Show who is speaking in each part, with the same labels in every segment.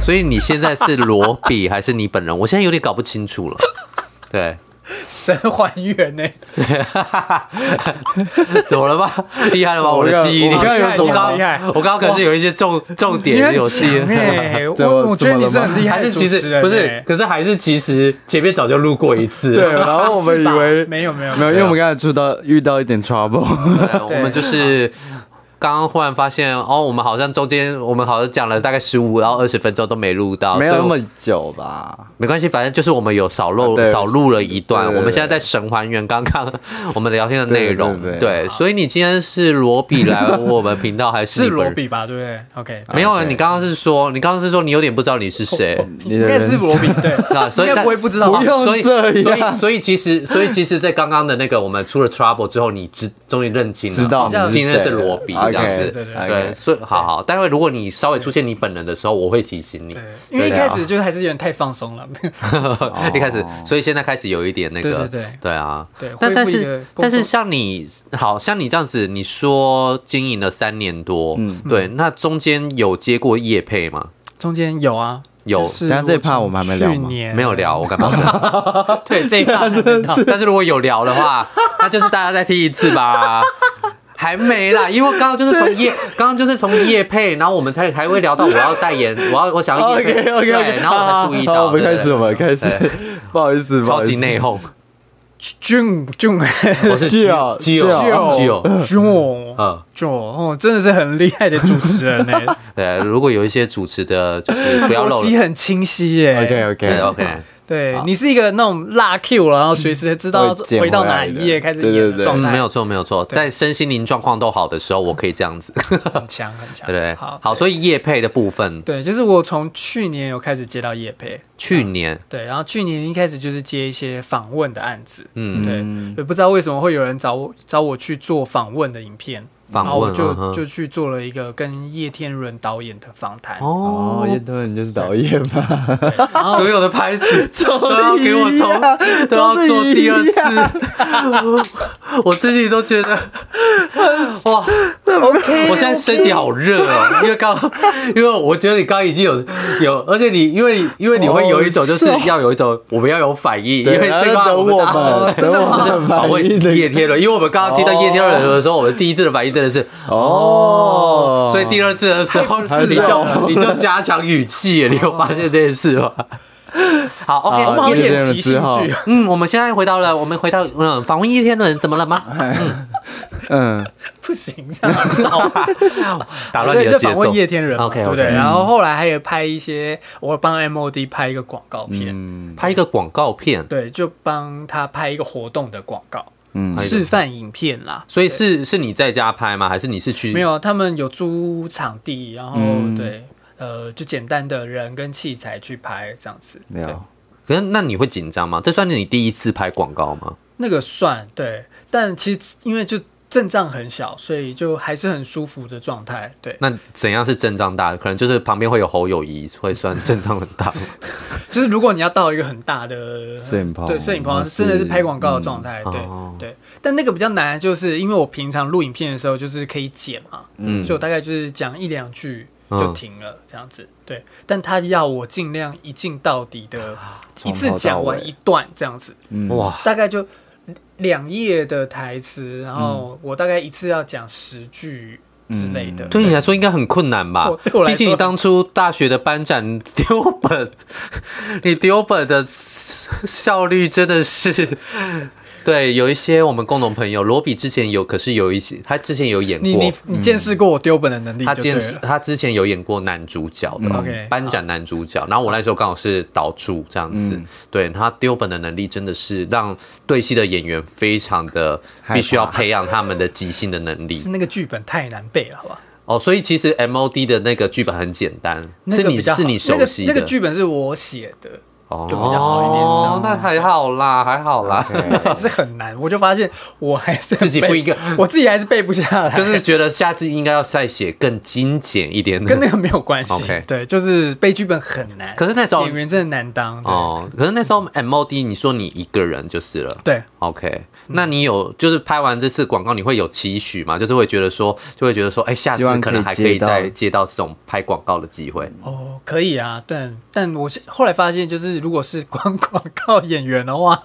Speaker 1: 所以你现在是罗比还是你本人？我现在有点搞不清楚了。 对，
Speaker 2: 神还原呢、
Speaker 1: 怎么了吧？厉害了吧？
Speaker 2: 我
Speaker 1: 我的记忆力，
Speaker 2: 我刚刚有什么
Speaker 1: 我刚
Speaker 2: 厉害
Speaker 1: 我刚刚可是有一些重重
Speaker 2: 你
Speaker 1: 点
Speaker 2: 很
Speaker 1: 有记
Speaker 2: 强。哎、
Speaker 3: 对我
Speaker 2: 我我觉得你是很厉害
Speaker 1: 还
Speaker 2: 的
Speaker 1: 是
Speaker 2: 主
Speaker 1: 其
Speaker 2: 持
Speaker 1: 实
Speaker 2: 人、欸
Speaker 1: 不是，可是还是其实前面早就录过一次
Speaker 3: 对，
Speaker 1: 了。
Speaker 3: 然后我们以
Speaker 2: 是
Speaker 3: 为
Speaker 2: 吧没有没有
Speaker 3: 没有，因为我们刚才遇到遇到一点 trouble，
Speaker 1: 对我们就是刚刚忽然发现，哦，我们好像中间我们好像讲了大概十五到二十分钟都 没录到，
Speaker 3: 没有
Speaker 1: 所以
Speaker 3: 那
Speaker 1: 我
Speaker 3: 么久吧？
Speaker 1: 没关系，反正就是我们有少
Speaker 3: 啊
Speaker 1: 漏
Speaker 3: 对
Speaker 1: 少录了一段，
Speaker 3: 对对对
Speaker 1: 我们现在在神还原刚刚我们聊天的内容。
Speaker 3: 对对
Speaker 1: 所以你今天是罗比来我们频道还是
Speaker 2: 是
Speaker 1: 你本
Speaker 2: 罗
Speaker 1: 人？
Speaker 2: 比吧？对不对？OK，
Speaker 1: 没有啊，
Speaker 3: OK
Speaker 1: 你刚刚是说，你刚刚是说你有点不知道你是谁。
Speaker 3: 你
Speaker 2: 应
Speaker 3: 的
Speaker 2: 该是
Speaker 3: 人
Speaker 2: 罗比对，
Speaker 1: 那 所以
Speaker 2: 应该不会不知道吧
Speaker 3: 不？用
Speaker 1: 所以
Speaker 3: 这
Speaker 1: 所
Speaker 3: 样
Speaker 1: 以所以其实所以其实，在刚刚的那个我们出了 trouble 之后，你知终于认清了，
Speaker 3: 知道
Speaker 1: 哦
Speaker 3: 你是谁
Speaker 1: 今天是罗比这
Speaker 3: OK，
Speaker 1: 样子。
Speaker 2: 对对
Speaker 3: 对
Speaker 1: 对，所以好好，待会如果你稍微出现你本人的时候，我会提醒你
Speaker 2: 对。，因为一
Speaker 3: 对啊
Speaker 2: 开始就是还是有点太放松了。
Speaker 1: 一开始，
Speaker 3: 哦
Speaker 1: 所以现在开始有一点那个，
Speaker 2: 对对对
Speaker 1: 啊，
Speaker 2: 对
Speaker 1: 但
Speaker 2: 恢
Speaker 1: 但
Speaker 2: 复一个
Speaker 1: 是
Speaker 2: 工作
Speaker 1: 但是像你，好像你这样子，你说经营了三年多，嗯，对，那中间有接过业配吗？
Speaker 2: 中间有啊，
Speaker 1: 有
Speaker 2: 就是
Speaker 3: 等下这一
Speaker 2: 我从
Speaker 3: 趴我们还没聊吗
Speaker 2: 去年
Speaker 1: 没有聊，我干嘛聊？
Speaker 2: 对这一趴还没聊，
Speaker 1: 但是如果有聊的话，那就是大家再听一次吧。还没啦，因为刚刚就是从叶，刚刚就是从叶配，然后我们才才会聊到我要代言，我要我想要叶
Speaker 3: OK
Speaker 1: 配
Speaker 3: OK
Speaker 1: 对
Speaker 3: OK，
Speaker 1: 然后我才注意到，
Speaker 3: 我们
Speaker 1: 对
Speaker 3: 开
Speaker 1: 对
Speaker 3: 始，我们开始
Speaker 1: 对，
Speaker 3: 不好意思，不好
Speaker 1: 超
Speaker 3: 意思
Speaker 1: 级内讧，
Speaker 2: 俊俊
Speaker 1: 我是
Speaker 3: Gio，
Speaker 1: 基友
Speaker 3: Gio
Speaker 1: 基友，
Speaker 2: 俊
Speaker 1: 啊嗯。
Speaker 2: 俊哦，真的是很厉害的主持人呢，
Speaker 1: 对，如果有一些主持的，就是 不要
Speaker 2: 逻
Speaker 1: 漏
Speaker 2: 辑
Speaker 1: 了。
Speaker 2: 很清晰耶。
Speaker 3: ，OK OK
Speaker 1: 对 OK，
Speaker 2: 对你是一个那种辣 Q，然后随时知道
Speaker 3: 会剪
Speaker 2: 回到哪
Speaker 3: 回来的
Speaker 2: 一页开始
Speaker 3: 对
Speaker 2: 演
Speaker 3: 对
Speaker 2: 的
Speaker 3: 对
Speaker 2: 状
Speaker 1: 嗯，
Speaker 2: 态，
Speaker 1: 没有错，没有错，在身心灵状况都好的时候，我可以这样子，对
Speaker 2: 很强很强。
Speaker 1: 不对？
Speaker 2: 好
Speaker 1: 好，所以叶配的部分，
Speaker 2: 对，就是我从去年有开始接到业配，
Speaker 1: 去年，
Speaker 2: 对，然后去年一开始就是接一些访问的案子，
Speaker 1: 嗯，
Speaker 2: 对，也不知道为什么会有人找我找我去做访问的影片，
Speaker 1: 访问
Speaker 2: 然后我就、
Speaker 1: 嗯哼
Speaker 2: 就去做了一个跟叶天伦导演的访谈，
Speaker 1: 哦
Speaker 3: 哦，，叶多你就是导演吧？
Speaker 1: 所有的拍子都要给我
Speaker 3: 一样
Speaker 1: 重，都要做第二
Speaker 3: 都是一样
Speaker 1: 次， 我自己都觉得，哇，OK，我现在身体好热哦，因为刚，因为我觉得你刚刚已经有有，而且你因为你因为你会有一种就是要有一种我们要有反应，因
Speaker 3: 对
Speaker 1: 为这个
Speaker 3: 然后等我们
Speaker 1: 真的
Speaker 3: 等我们
Speaker 1: 访
Speaker 3: 反应的
Speaker 1: 问叶天伦，因为我们刚刚听到叶天伦的时候，我们第一次的反应真的是哦
Speaker 3: 哦，
Speaker 1: 所以第二次的时候
Speaker 3: 还
Speaker 1: 是
Speaker 3: 是
Speaker 1: 你
Speaker 3: 要
Speaker 1: 就你就加强语气，你有发现这件事 吗？好，OK，
Speaker 3: 好
Speaker 1: 我
Speaker 2: 我们好
Speaker 1: 们叶
Speaker 2: 像
Speaker 3: 叶
Speaker 2: 演
Speaker 3: 天伦
Speaker 2: 即兴
Speaker 3: 之后
Speaker 2: 剧，
Speaker 1: 嗯，我们现在回到了，我们回到嗯，访问叶天伦怎么了吗？
Speaker 3: 嗯，
Speaker 2: 不行，这样很糟。
Speaker 1: 打乱你
Speaker 2: 对，
Speaker 1: 的
Speaker 2: 就
Speaker 1: 节
Speaker 2: 访
Speaker 1: 奏
Speaker 2: 问。叶天伦嘛
Speaker 1: OK，OK 嗯
Speaker 2: 对不对？然后后来还有拍一些，我帮 MOD 拍一个广告片，
Speaker 1: 拍一个广告片，
Speaker 2: 对，就帮他拍一个活动的广告，
Speaker 3: 嗯
Speaker 2: 示范影片啦。
Speaker 1: 所以是是你在家拍吗？还是你是去
Speaker 2: 没？有，他们有租场地，然后、对，呃，就简单的人跟器材去拍这样子。对，
Speaker 3: 聊
Speaker 1: 可是那你会紧张吗？这算是你第一次拍广告吗？
Speaker 2: 那个算对，但其实因为就阵仗很小，所以就还是很舒服的状态。对，
Speaker 1: 那怎样是阵仗大？可能就是旁边会有侯友谊，会算阵仗很大吗。
Speaker 2: 就是如果你要到一个很大的
Speaker 3: 摄影棚
Speaker 2: 对摄影棚
Speaker 3: 那是
Speaker 2: 真的是拍广告的状态。对、
Speaker 1: 啊哦
Speaker 2: 对，但那个比较难，就是因为我平常录影片的时候就是可以剪嘛，
Speaker 1: 嗯
Speaker 2: 所以我大概就是讲一两句。
Speaker 1: 嗯
Speaker 2: 就停了，这样子。对，但他要我尽量一镜到底的，
Speaker 1: 啊
Speaker 2: 一次
Speaker 3: 从头到
Speaker 2: 讲完
Speaker 3: 尾
Speaker 2: 一段这样子。
Speaker 1: 哇，
Speaker 2: 大概就两页的台词，然后我大概一次要讲十句之类的。
Speaker 1: 嗯对你来说应该很困难吧
Speaker 2: 我对我？来
Speaker 1: 毕
Speaker 2: 说
Speaker 1: 竟你当初大学的班长你丢本，你丢本的效率真的是。对，有一些我们共同朋友，罗比之前有，可是有一些他之前有演
Speaker 2: 你你
Speaker 1: 过，
Speaker 2: 你见识过我丢本的能力
Speaker 1: 他
Speaker 2: 就对
Speaker 1: 兼职
Speaker 2: 了。
Speaker 1: 他之前有演过男主角
Speaker 3: 嗯
Speaker 1: 的、
Speaker 2: OK，
Speaker 1: 班长男主角，然后我那时候刚好是导助这样
Speaker 3: 嗯
Speaker 1: 子，对他丢本的能力真的是让对戏的演员非常的
Speaker 3: 害怕
Speaker 1: 必须要培养他们的即兴的能力
Speaker 2: 是。那个剧本太难背了，好吧？
Speaker 1: 哦，所以其实 M O D 的那个剧本很简单，
Speaker 2: 那
Speaker 1: 是
Speaker 2: 个
Speaker 1: 你
Speaker 2: 比较好
Speaker 1: 是你熟悉的
Speaker 2: 那个那个剧本是我写的，
Speaker 1: 哦
Speaker 2: 就比较好一点这样子
Speaker 1: 那还好啦，还好啦，
Speaker 2: 还是很难。我就发现我还是
Speaker 1: 自己
Speaker 2: 背
Speaker 1: 不一个，
Speaker 2: 我自己还是背不下来，
Speaker 1: 就是觉得下次应该要再写更精简一点的。
Speaker 2: 跟那个没有关系。
Speaker 1: OK
Speaker 2: 对，就是背剧本很难。
Speaker 1: 可是那时候哦
Speaker 2: 演员真的难当。对、
Speaker 1: 哦，可是那时候 M O D 你说你一个人就是了。
Speaker 2: 对，
Speaker 1: OK，那你有就是拍完这次广告，你会有期许吗？就是会觉得说，就会觉得说，哎、下次
Speaker 3: 希望
Speaker 1: 可能
Speaker 3: 可
Speaker 1: 还可
Speaker 3: 以
Speaker 1: 以
Speaker 3: 接到
Speaker 1: 再接到这种拍广告的机会。
Speaker 2: 哦，可以啊，但但我是后来发现，就是如果是光 广告演员的话，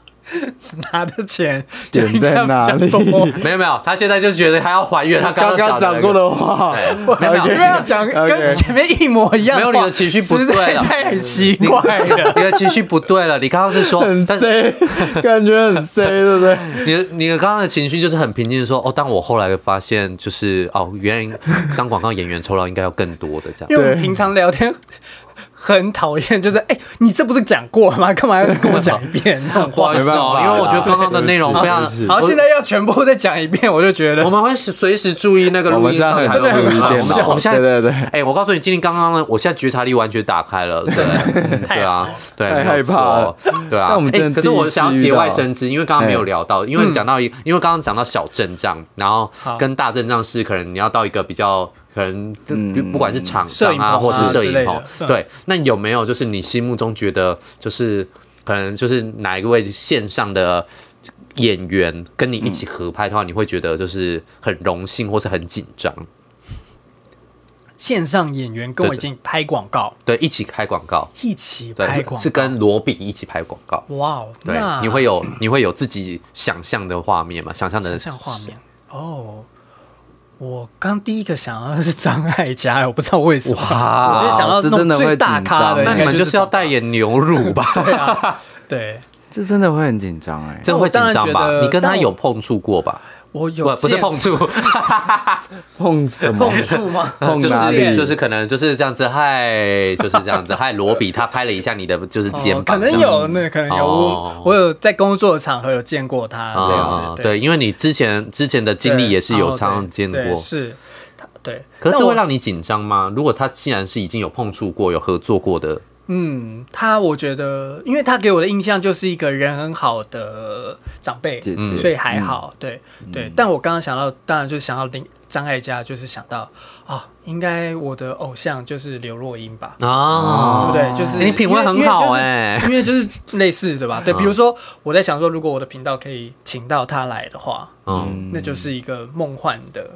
Speaker 2: 拿的钱就
Speaker 3: 点
Speaker 2: 应该
Speaker 3: 在哪
Speaker 2: 比较
Speaker 3: 里
Speaker 2: 多
Speaker 1: 没有没有，他现在就是觉得他要还原他
Speaker 3: 刚
Speaker 1: 刚
Speaker 3: 刚讲
Speaker 1: 讲
Speaker 3: 过
Speaker 1: 的
Speaker 3: 的话，
Speaker 1: 那个，没有
Speaker 2: 因
Speaker 1: 没
Speaker 2: 为
Speaker 1: 有。
Speaker 2: 要讲 跟
Speaker 3: OK
Speaker 2: 前面一模一样的话，
Speaker 1: 没有你的情绪不
Speaker 2: 实
Speaker 1: 对啊
Speaker 2: 在
Speaker 1: 了
Speaker 2: 太奇
Speaker 1: 你
Speaker 2: 怪了。
Speaker 1: 你的情绪不对了，你刚刚是说，
Speaker 3: 很
Speaker 1: 但是
Speaker 3: C，感 觉很 C，对不对？
Speaker 1: 你的你的刚刚的情绪就是很平静的说，哦，但我后来发现就是哦，原来当广告演员酬劳应该要更多的这样。
Speaker 2: 因为我们
Speaker 3: 对
Speaker 2: 平常聊天很讨厌，就是哎、你这不是讲过了吗？干嘛要再跟我讲一遍？那种
Speaker 1: 不好
Speaker 2: 话
Speaker 1: 意思
Speaker 3: 没办
Speaker 1: 哦，
Speaker 3: 法
Speaker 1: 因为我觉得刚刚的内容非
Speaker 3: 对
Speaker 1: 常
Speaker 3: 不，起
Speaker 2: 好，现在要全部再讲一遍，我就觉
Speaker 1: 我
Speaker 2: 得
Speaker 1: 们会随时注意那个
Speaker 3: 我
Speaker 1: 录
Speaker 3: 们
Speaker 1: 音
Speaker 3: 现在
Speaker 1: 到底
Speaker 3: 啊很
Speaker 1: 有没有
Speaker 3: 注意
Speaker 1: 录音到，
Speaker 3: 电
Speaker 1: 我们
Speaker 3: 脑，
Speaker 1: 我们现在
Speaker 3: 对对对，
Speaker 1: 哎、我告诉你，今天刚刚呢，我现在觉察力完全打开了，对，
Speaker 2: 太
Speaker 1: 对啊，对，
Speaker 3: 太
Speaker 1: 没有
Speaker 3: 害怕了
Speaker 1: 错，对啊。
Speaker 3: 那我们
Speaker 1: 哎
Speaker 3: 真的
Speaker 1: 可是
Speaker 3: 第一
Speaker 1: 我
Speaker 3: 次
Speaker 1: 想要
Speaker 3: 遇
Speaker 1: 节外
Speaker 3: 到
Speaker 1: 生枝，因为刚刚没有
Speaker 3: 哎
Speaker 1: 聊到，因为你讲到一，因为刚刚讲到小阵仗，然后
Speaker 2: 好
Speaker 1: 跟大阵仗是可能你要到一个比较。可能就
Speaker 3: 嗯
Speaker 1: 不不管是厂
Speaker 2: 摄
Speaker 1: 商
Speaker 2: 影棚
Speaker 1: 啊，
Speaker 2: 啊
Speaker 1: 或是摄
Speaker 2: 之
Speaker 1: 影
Speaker 2: 类的
Speaker 1: 棚，
Speaker 2: 嗯
Speaker 1: 对，那有没有就是你心目中觉得就是可能就是哪一位线上的演员跟你一起合拍的话，你会觉得就是很荣幸或是很紧张？
Speaker 2: 线上演员跟我
Speaker 1: 对对
Speaker 2: 已经拍广告，
Speaker 1: 对，一起开广告，
Speaker 2: 一起
Speaker 1: 对，
Speaker 2: 拍广告，
Speaker 1: 是跟罗比一起拍广告。
Speaker 2: 哇哦，
Speaker 1: 对
Speaker 2: 那，
Speaker 1: 你会有你会有自己想象的画面嘛？想象的
Speaker 2: 想象画面哦。我刚第一个想到的是张艾嘉，我不知道为什么，
Speaker 1: 哇
Speaker 2: 我就是想要
Speaker 3: 这真的
Speaker 2: 弄最
Speaker 3: 会
Speaker 2: 大咖的，
Speaker 3: 紧张
Speaker 1: 那你们就是要代
Speaker 2: 带
Speaker 1: 言牛乳 吧？
Speaker 2: 对啊，对，
Speaker 3: 这真的会很紧张哎。
Speaker 1: 真会紧张
Speaker 2: 我当然觉
Speaker 1: 吧？
Speaker 2: 得
Speaker 1: 你跟他
Speaker 2: 但我
Speaker 1: 有碰触过吧？
Speaker 2: 我有
Speaker 1: 不，不是
Speaker 2: 见
Speaker 1: 碰 触，
Speaker 3: 碰什么？
Speaker 2: 碰触吗？
Speaker 3: 碰
Speaker 1: 就
Speaker 3: 哪
Speaker 1: 是
Speaker 3: 里？
Speaker 1: 就是可能就是这样子，嗨，就是这样子， 嗨，罗比他拍了一下你的就是肩
Speaker 2: 哦
Speaker 1: 膀，
Speaker 2: 可能有，那可能有，
Speaker 1: 哦
Speaker 2: 我我有在工作场合有见过他这
Speaker 1: 啊
Speaker 2: 样，子，
Speaker 1: 对，因为你之前之前的经历也是有
Speaker 2: 哦
Speaker 1: 常常
Speaker 2: 对
Speaker 1: 见
Speaker 2: 对
Speaker 1: 过，
Speaker 2: 是，他对，
Speaker 1: 可是
Speaker 2: 但
Speaker 1: 这会
Speaker 2: 我
Speaker 1: 让你紧张吗？如果他既然是已经有碰触过、有合作过的，
Speaker 2: 嗯，他我觉得，因为他给我的印象就是一个人很好的长辈，
Speaker 3: 姐姐
Speaker 1: 嗯
Speaker 2: 所以还好，对对。但我刚刚想到，当然就是想到林张艾嘉，就是想到啊，应该我的偶像就是刘若英吧。对
Speaker 1: 啊
Speaker 2: 不对？就是、
Speaker 1: 欸你品味很好嗯欸
Speaker 2: 因为就是因为就是类似对吧？对，比如说我在想说，如果我的频道可以请到他来的话，
Speaker 1: 嗯，
Speaker 2: 那就是一个梦幻的。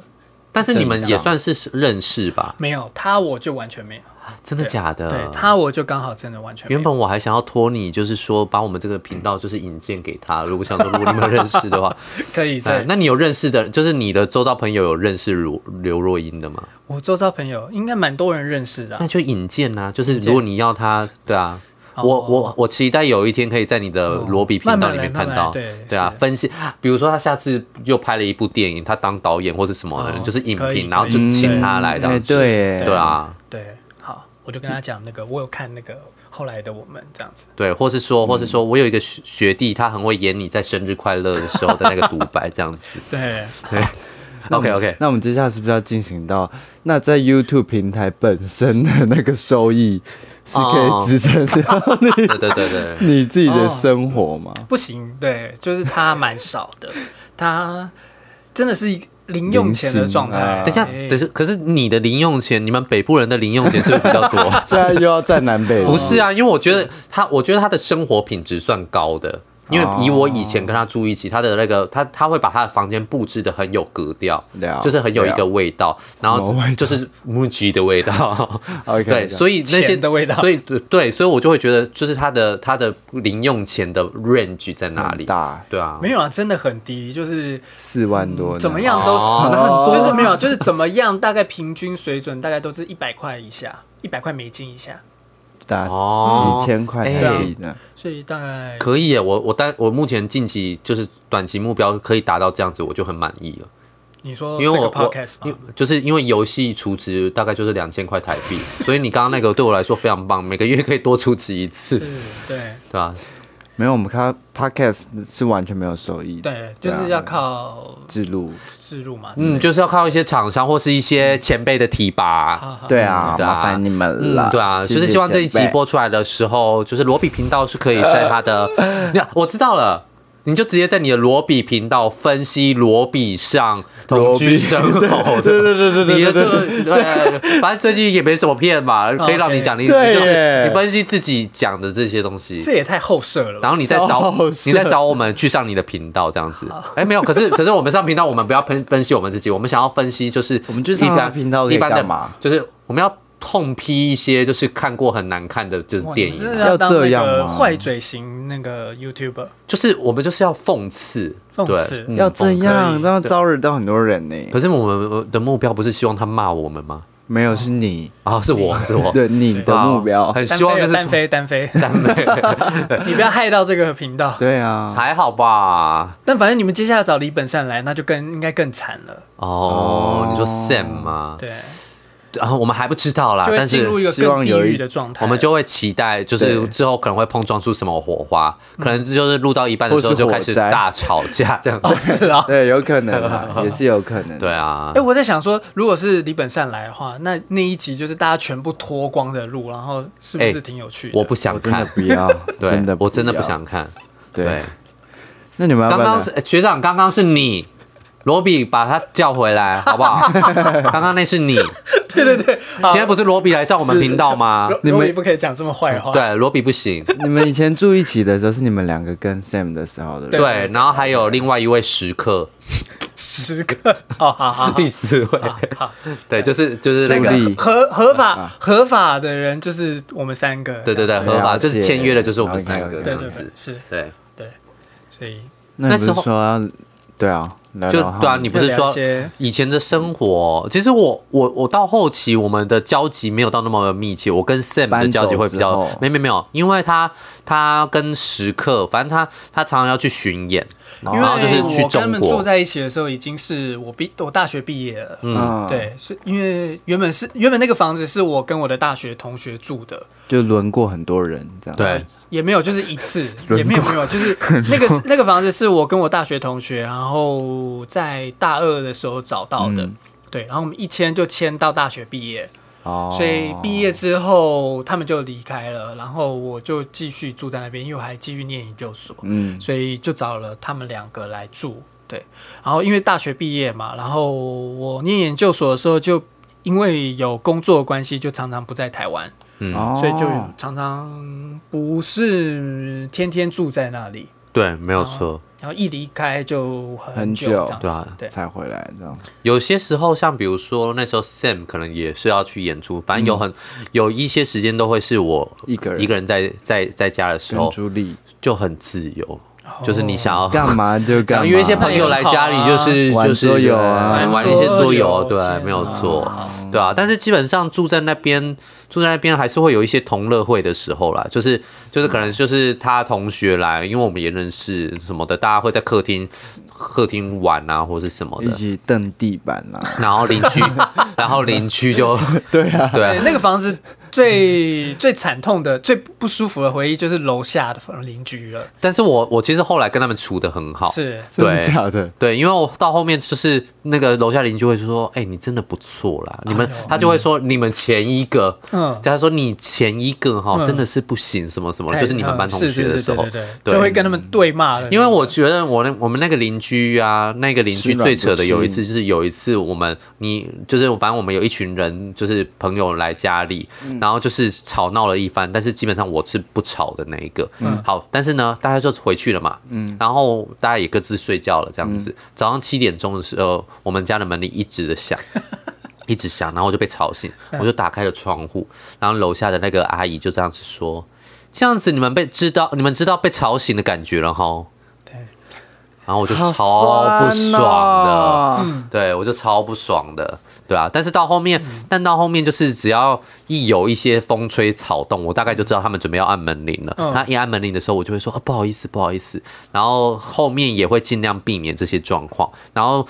Speaker 1: 但是你们也算是认识吧？
Speaker 2: 没有他，我就完全没有。
Speaker 1: 真的假的？
Speaker 2: 对他，我就刚好真的完全没有
Speaker 1: 嗯原。本我还想要托你，就是说把我们这个频道就是引荐给 他。如果想说如果你们认识的话，
Speaker 2: 可以
Speaker 1: 哎
Speaker 2: 对，
Speaker 1: 那你有认识的，就是你的周遭朋友有认识刘刘若英的吗？
Speaker 2: 我周遭朋友应该蛮多人认识的啊、
Speaker 1: 那就引荐啊，就是
Speaker 2: 荐
Speaker 1: 如果你要他，对啊。
Speaker 2: 哦
Speaker 1: 我我我期待有一天可以在你的罗比频道里面看到，
Speaker 2: 慢慢来慢慢来对
Speaker 1: 对啊，
Speaker 2: 是
Speaker 1: 分析，比如说他下次又拍了一部电影，他当导演或是什么的，
Speaker 2: 哦
Speaker 1: 就是影
Speaker 2: 可以
Speaker 1: 评，然后就
Speaker 2: 可以
Speaker 1: 请他来
Speaker 3: 哎，
Speaker 1: 的，
Speaker 3: 对
Speaker 1: 对，啊，
Speaker 2: 对，好，我就跟他讲那个，我有看那个后来的我们这样子。
Speaker 1: 对，或是说，
Speaker 3: 嗯
Speaker 1: 或是说我有一个学学弟，他很会演你在生日快乐的时候的那个独白，这样子。
Speaker 2: 对，
Speaker 1: OK OK，
Speaker 3: 那我们接下来是不是要进行到那在 YouTube 平台本身的那个收益是可以支撑到你、
Speaker 1: 对对对对，
Speaker 3: 你自己的生活吗？
Speaker 2: 不行，对，就是他蛮少的，他真的是一个零用钱的状态。
Speaker 3: 零星啊
Speaker 1: 等一下，
Speaker 2: 哎
Speaker 1: 等一下，可是你的零用钱，你们北部人的零用钱是不是比较 多？
Speaker 3: 现在又要在南北了
Speaker 1: 不是啊，因为我觉得他，我觉得他的生活品质算高的。因为以我以前跟他住一起，他的那个他他会把他的房间布置的很有格调
Speaker 3: 了，
Speaker 1: 就是很有一个味道，然
Speaker 3: 什
Speaker 1: 后
Speaker 3: 么味道
Speaker 1: 就是木吉的味 道，
Speaker 3: 哦 OK，
Speaker 1: 对，所
Speaker 3: 以
Speaker 1: 以那些
Speaker 2: 钱的味道
Speaker 1: 所以对对，所以我就会觉得，就是他的他的零用钱的 range 在哪里？
Speaker 3: 大
Speaker 1: 对啊，
Speaker 2: 嗯没有啊，真的很低，就是
Speaker 3: 四万多呢，
Speaker 2: 怎么样都是、
Speaker 1: 哦
Speaker 2: 就是没有，就是怎么样，大概平均水准大概都是一百块以下，一百块美金以下，
Speaker 3: 打
Speaker 1: 哦
Speaker 3: 几千块台币呢？
Speaker 2: 所以大概
Speaker 1: 可以耶，我我但我目前近期就是短期目标可以达到这样子，我就很满意了。
Speaker 2: 你说
Speaker 1: 因为
Speaker 2: 这
Speaker 1: 我
Speaker 2: 个
Speaker 1: 我
Speaker 2: podcast
Speaker 1: 因
Speaker 2: 吗？
Speaker 1: 就是因为游戏储值大概就是两千块台币，所以你刚刚那个对我来说非常棒，每个月可以多储值一次
Speaker 2: 是，，对
Speaker 1: 对啊吧、
Speaker 3: 没有，我们看 Podcast 是完全没有收益的
Speaker 2: 对，就是要靠
Speaker 3: 制度，
Speaker 2: 自入嘛。
Speaker 1: 嗯，就是要靠一些厂商或是一些前辈的提拔。
Speaker 2: 好好
Speaker 3: 对啊，
Speaker 1: 对啊
Speaker 3: 麻烦你们
Speaker 1: 嗯
Speaker 3: 了，，
Speaker 1: 对啊，
Speaker 3: 谢谢
Speaker 1: 就是希望这一
Speaker 3: 前
Speaker 1: 集
Speaker 3: 辈
Speaker 1: 播出来的时候，就是罗比频道是可以在他的，那我知道了，你就直接在你的罗比频道分析罗比上同
Speaker 3: 罗
Speaker 1: 居
Speaker 3: 比
Speaker 1: 生活的，
Speaker 3: 对对对对对
Speaker 1: 你的
Speaker 3: 对
Speaker 1: 这呃，反正最近也没什么片 嘛，可以让你讲，你你
Speaker 3: 对
Speaker 1: 就是
Speaker 3: 耶
Speaker 1: 你分析自己讲的这些东西，
Speaker 2: 这也太后设了吧。
Speaker 1: 然后你再找
Speaker 3: 超色
Speaker 1: 你再找我们去上你的频道这样子。哎，没有，可是可是我们上频道，我们不要分分析我们自己，我们想要分析就是
Speaker 3: 我们去
Speaker 1: 一
Speaker 3: 上他
Speaker 1: 般
Speaker 3: 频道可以
Speaker 1: 一般的
Speaker 3: 干嘛，
Speaker 1: 就是我们要痛批一些就是看过很难看的，就是
Speaker 2: 哇
Speaker 1: 电
Speaker 2: 你
Speaker 1: 影
Speaker 2: 真
Speaker 1: 啊，
Speaker 2: 的要当
Speaker 3: 要这
Speaker 2: 那
Speaker 3: 样
Speaker 2: 个
Speaker 3: 吗
Speaker 2: 坏嘴型那个 YouTuber，
Speaker 1: 就是我们就是要讽刺，
Speaker 2: 讽
Speaker 1: 对
Speaker 2: 刺，哦
Speaker 1: 嗯
Speaker 3: 要这样，
Speaker 1: 讽刺
Speaker 3: 这样招惹到很多人呢、
Speaker 1: 可是我们的目标不是希望他骂我们吗？
Speaker 3: 没有，是你
Speaker 1: 啊，是我是我，
Speaker 3: 对你的目标，
Speaker 1: 很
Speaker 2: 单
Speaker 1: 希望
Speaker 2: 飞
Speaker 1: 就是
Speaker 2: 单飞 单飞，你不要害到这个频道。
Speaker 3: 对啊，
Speaker 1: 还好吧？
Speaker 2: 但反正你们接下来找李本善来，那就更应该更惨了。
Speaker 1: 哦
Speaker 3: 哦，
Speaker 1: 你说 Sam 吗？
Speaker 2: 对，
Speaker 1: 然后我们还不知道啦，
Speaker 2: 就会
Speaker 1: 啊但
Speaker 2: 进
Speaker 1: 是
Speaker 2: 入一个
Speaker 3: 希望
Speaker 2: 更地
Speaker 3: 有一
Speaker 2: 狱的状态。
Speaker 1: 我们就会期待，就是
Speaker 3: 对
Speaker 1: 之后可能会碰撞出什么火花，可能就是录到一半的时候
Speaker 3: 或是
Speaker 1: 就
Speaker 3: 火
Speaker 1: 开始
Speaker 3: 灾
Speaker 1: 大吵架这样
Speaker 2: 哦，
Speaker 1: 子。
Speaker 2: 是 啊。
Speaker 3: 对，有可能啊，也是有可能。
Speaker 1: 对啊
Speaker 2: 哎、，我在想说，如果是李本善来的话，那那一集就是大家全部脱光的录，然后是不
Speaker 1: 哎
Speaker 2: 是挺有趣的？
Speaker 1: 我不想
Speaker 3: 我真的
Speaker 1: 看，
Speaker 3: 不要，
Speaker 1: 对，
Speaker 3: 真的要
Speaker 1: 我真的不。想看。
Speaker 3: 对，，那你们要
Speaker 1: 刚
Speaker 3: 不要
Speaker 1: 刚
Speaker 3: 来
Speaker 1: 是呃学长，刚刚是你。罗比把他叫回来，好不 好？刚刚那是你，
Speaker 2: 对对对，
Speaker 1: 今天不是罗比来上我们频道吗？
Speaker 2: 罗
Speaker 3: 你们
Speaker 2: 罗比不可以讲这么坏话。
Speaker 1: 对，罗比不行。
Speaker 3: 你们以前住一起的时候，是你们两个跟 Sam 的时候的，
Speaker 2: 对
Speaker 1: 对，然后还有另外一位食客，
Speaker 2: 十个哦，好好好
Speaker 1: 第四位，
Speaker 2: 好，
Speaker 1: 对，就是就是 那
Speaker 2: 那
Speaker 1: 个啊
Speaker 3: 朱莉
Speaker 2: 个合合法合法的人就是我们三个，
Speaker 1: 对对对，合法
Speaker 3: 了
Speaker 1: 就
Speaker 3: 解
Speaker 1: 是签约的，就是我们三个
Speaker 3: 了解
Speaker 1: 这
Speaker 2: 对
Speaker 1: 样
Speaker 2: 对
Speaker 1: 子
Speaker 2: 对。是，
Speaker 1: 对，
Speaker 2: 所以
Speaker 3: 那你
Speaker 1: 那
Speaker 3: 不
Speaker 1: 时
Speaker 3: 是
Speaker 1: 候
Speaker 3: 说要对啊，聊
Speaker 1: 就
Speaker 3: 聊他
Speaker 1: 对啊，
Speaker 3: 们
Speaker 1: 你不是
Speaker 2: 要
Speaker 1: 说
Speaker 2: 聊一些
Speaker 1: 以前的生活？其实我我我到后期我们的交集没有到那么密切，我跟 Sam 的
Speaker 3: 搬
Speaker 1: 交集会比较
Speaker 3: 走之后
Speaker 1: 没有没有没有，因为他他跟食客，反正他他常常要去巡演，
Speaker 2: 因为
Speaker 1: 然后哦就是去
Speaker 2: 我跟他
Speaker 1: 中
Speaker 2: 们住
Speaker 1: 国。
Speaker 2: 在一起的时候，已经是我毕我大学毕业了。
Speaker 1: 嗯，
Speaker 3: 嗯，
Speaker 2: 对，是因为原本是原本那个房子是我跟我的大学同学住的，
Speaker 3: 就轮过很多人这样。
Speaker 1: 对，
Speaker 2: 也没有，就是一次，
Speaker 3: 轮过
Speaker 2: 也没有没有， 就是那个那个房子是我跟我大学同学，然后在大二的时候找到的，
Speaker 3: 嗯
Speaker 2: 对，然后我们一签就签到大学毕业，
Speaker 3: 哦，
Speaker 2: 所以毕业之后他们就离开了，然后我就继续住在那边，因为我还继续念研究所，
Speaker 3: 嗯，
Speaker 2: 所以就找了他们两个来住。对，然后因为大学毕业嘛，然后我念研究所的时候就因为有工作的关系，就常常不在台湾，
Speaker 1: 嗯
Speaker 3: 哦
Speaker 2: 所以就常常不是天天住在那里。
Speaker 1: 对，没有错。
Speaker 2: 然后一离开就很
Speaker 3: 很
Speaker 2: 久，
Speaker 3: 久
Speaker 2: 这样子
Speaker 1: 对啊
Speaker 2: 对
Speaker 3: 才回来这样。
Speaker 1: 有些时候，像比如说那时候 Sam 可能也是要去演出，反正有很有一些时间都会是我
Speaker 3: 一个人
Speaker 1: 一个人在在在家的时
Speaker 3: 跟
Speaker 1: 候哦
Speaker 3: 朱莉
Speaker 1: 就很自由，就是你想 要
Speaker 3: 干嘛就干嘛，
Speaker 1: 因为一些朋友来家里就是
Speaker 3: 玩
Speaker 1: 就是
Speaker 3: 桌游啊
Speaker 1: 玩玩
Speaker 2: 玩
Speaker 1: 一些桌
Speaker 2: 桌
Speaker 1: 游，
Speaker 2: 游
Speaker 1: 对
Speaker 2: 天，啊
Speaker 1: 没有错，对啊。但是基本上住在那边，住在那边还是会有一些同乐会的时候啦，就是就是可能就是他同学来，因为我们也认识什么的，大家会在客厅客厅玩啊，或是什么
Speaker 3: 一
Speaker 1: 的。
Speaker 3: 起蹬地板啊，
Speaker 1: 然后邻 居，然后邻居就
Speaker 3: 对啊，
Speaker 1: 对
Speaker 2: 对，
Speaker 1: 啊，
Speaker 2: 那个房子 最最惨痛的、最不舒服的回忆就是楼下的邻居了，
Speaker 1: 但是我我其实后来跟他们处的很好，
Speaker 2: 是
Speaker 3: 真
Speaker 1: 对
Speaker 3: 的假的？
Speaker 1: 对，因为我到后面就是那个楼下邻居会说：“哎、你真的不错啦。”你们
Speaker 2: 哎呦
Speaker 1: 他就会说：“你们前一个，嗯
Speaker 2: 嗯，
Speaker 1: 他说你前一个哈
Speaker 2: 嗯
Speaker 1: 真的是不行，什么什么的，
Speaker 2: 太
Speaker 1: 哦就是你们班同学的时候
Speaker 2: 嗯是是是对对，对
Speaker 1: 对
Speaker 2: 就会跟他们对骂了。
Speaker 1: 因为我觉得我那我们那个邻居啊，那个邻居
Speaker 3: 吃软
Speaker 1: 最扯的
Speaker 3: 不吃
Speaker 1: 有一次就是有一次我们你就是反正我们有一群人就是朋友来家里，
Speaker 3: 嗯
Speaker 1: 然后就是吵闹了一番，但是基本上我是不吵的那一个。
Speaker 3: 嗯
Speaker 1: 好，但是呢，大家就回去了嘛，然后大家也各自睡觉了这样
Speaker 3: 嗯
Speaker 1: 子。早上七点钟的时候，我们家的门铃一直的 响。一直响，然后我就被吵醒，
Speaker 3: 嗯
Speaker 1: 我就打开了窗户，然后楼下的那个阿姨就这样子说：“这样子你们被知道，你们知道被吵醒的感觉了哈。”然后我就超不爽的，嗯
Speaker 3: 的，
Speaker 1: 对我就超不爽的，对啊。但是到后面，但到后面就是只要一有一些风吹草动，我大概就知道他们准备要按门铃了。
Speaker 2: 嗯
Speaker 1: 他一按门铃的时候，我就会说啊不好意思，不好意思。然后后面也会尽量避免这些状况，然后。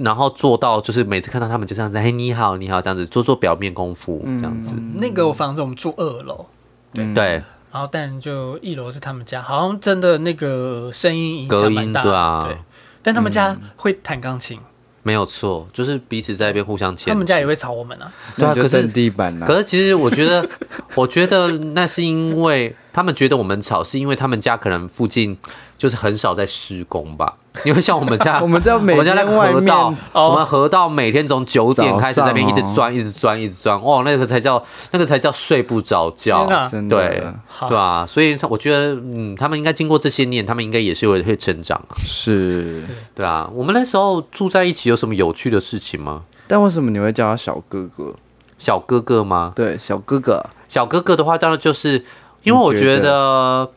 Speaker 1: 然后做到就是每次看到他们就这样子，嘿，你好，你好，这样子做做表面功夫，这样子，
Speaker 2: 那个房子我们住二楼，
Speaker 1: 对，
Speaker 2: 然后但就一楼是他们家，好像真的那个声音影
Speaker 1: 隔
Speaker 2: 响
Speaker 1: 音
Speaker 2: 蛮大的。
Speaker 1: 对啊嗯
Speaker 2: 对，但他们家会弹钢琴，
Speaker 1: 没有错，就是彼此在那边互相牵制。
Speaker 2: 他们家也会吵我们啊。
Speaker 1: 对啊
Speaker 3: 那你
Speaker 1: 可
Speaker 3: 就是蹬地板啊，
Speaker 1: 可是其实我觉得， 我觉得那是因为他们觉得我们吵，是因为他们家可能附近就是很少在施工吧，因为像我们家，
Speaker 3: 我们家每
Speaker 1: 我们家在
Speaker 3: 天外
Speaker 1: 河
Speaker 3: 面
Speaker 1: 道，
Speaker 2: 哦
Speaker 1: 我们河道每天从九点开始
Speaker 3: 早
Speaker 1: 在那
Speaker 3: 上
Speaker 1: 边一直
Speaker 3: 哦
Speaker 1: 钻，一直钻，一直钻，哦，那个才叫那个才叫睡不着觉
Speaker 2: 天，哪
Speaker 3: 真
Speaker 1: 对
Speaker 3: 的
Speaker 2: 好
Speaker 1: 对啊，所以我觉得，嗯，他们应该经过这些年，他们应该也是会会成长，啊
Speaker 3: 是。
Speaker 1: 对啊。我们那时候住在一起有什么有趣的事情吗？
Speaker 3: 但为什么你会叫他小哥哥？
Speaker 1: 小哥哥吗？
Speaker 3: 对，小哥哥，
Speaker 1: 小哥哥的话，当然就是因为我
Speaker 3: 你
Speaker 1: 觉
Speaker 3: 觉得
Speaker 1: 得，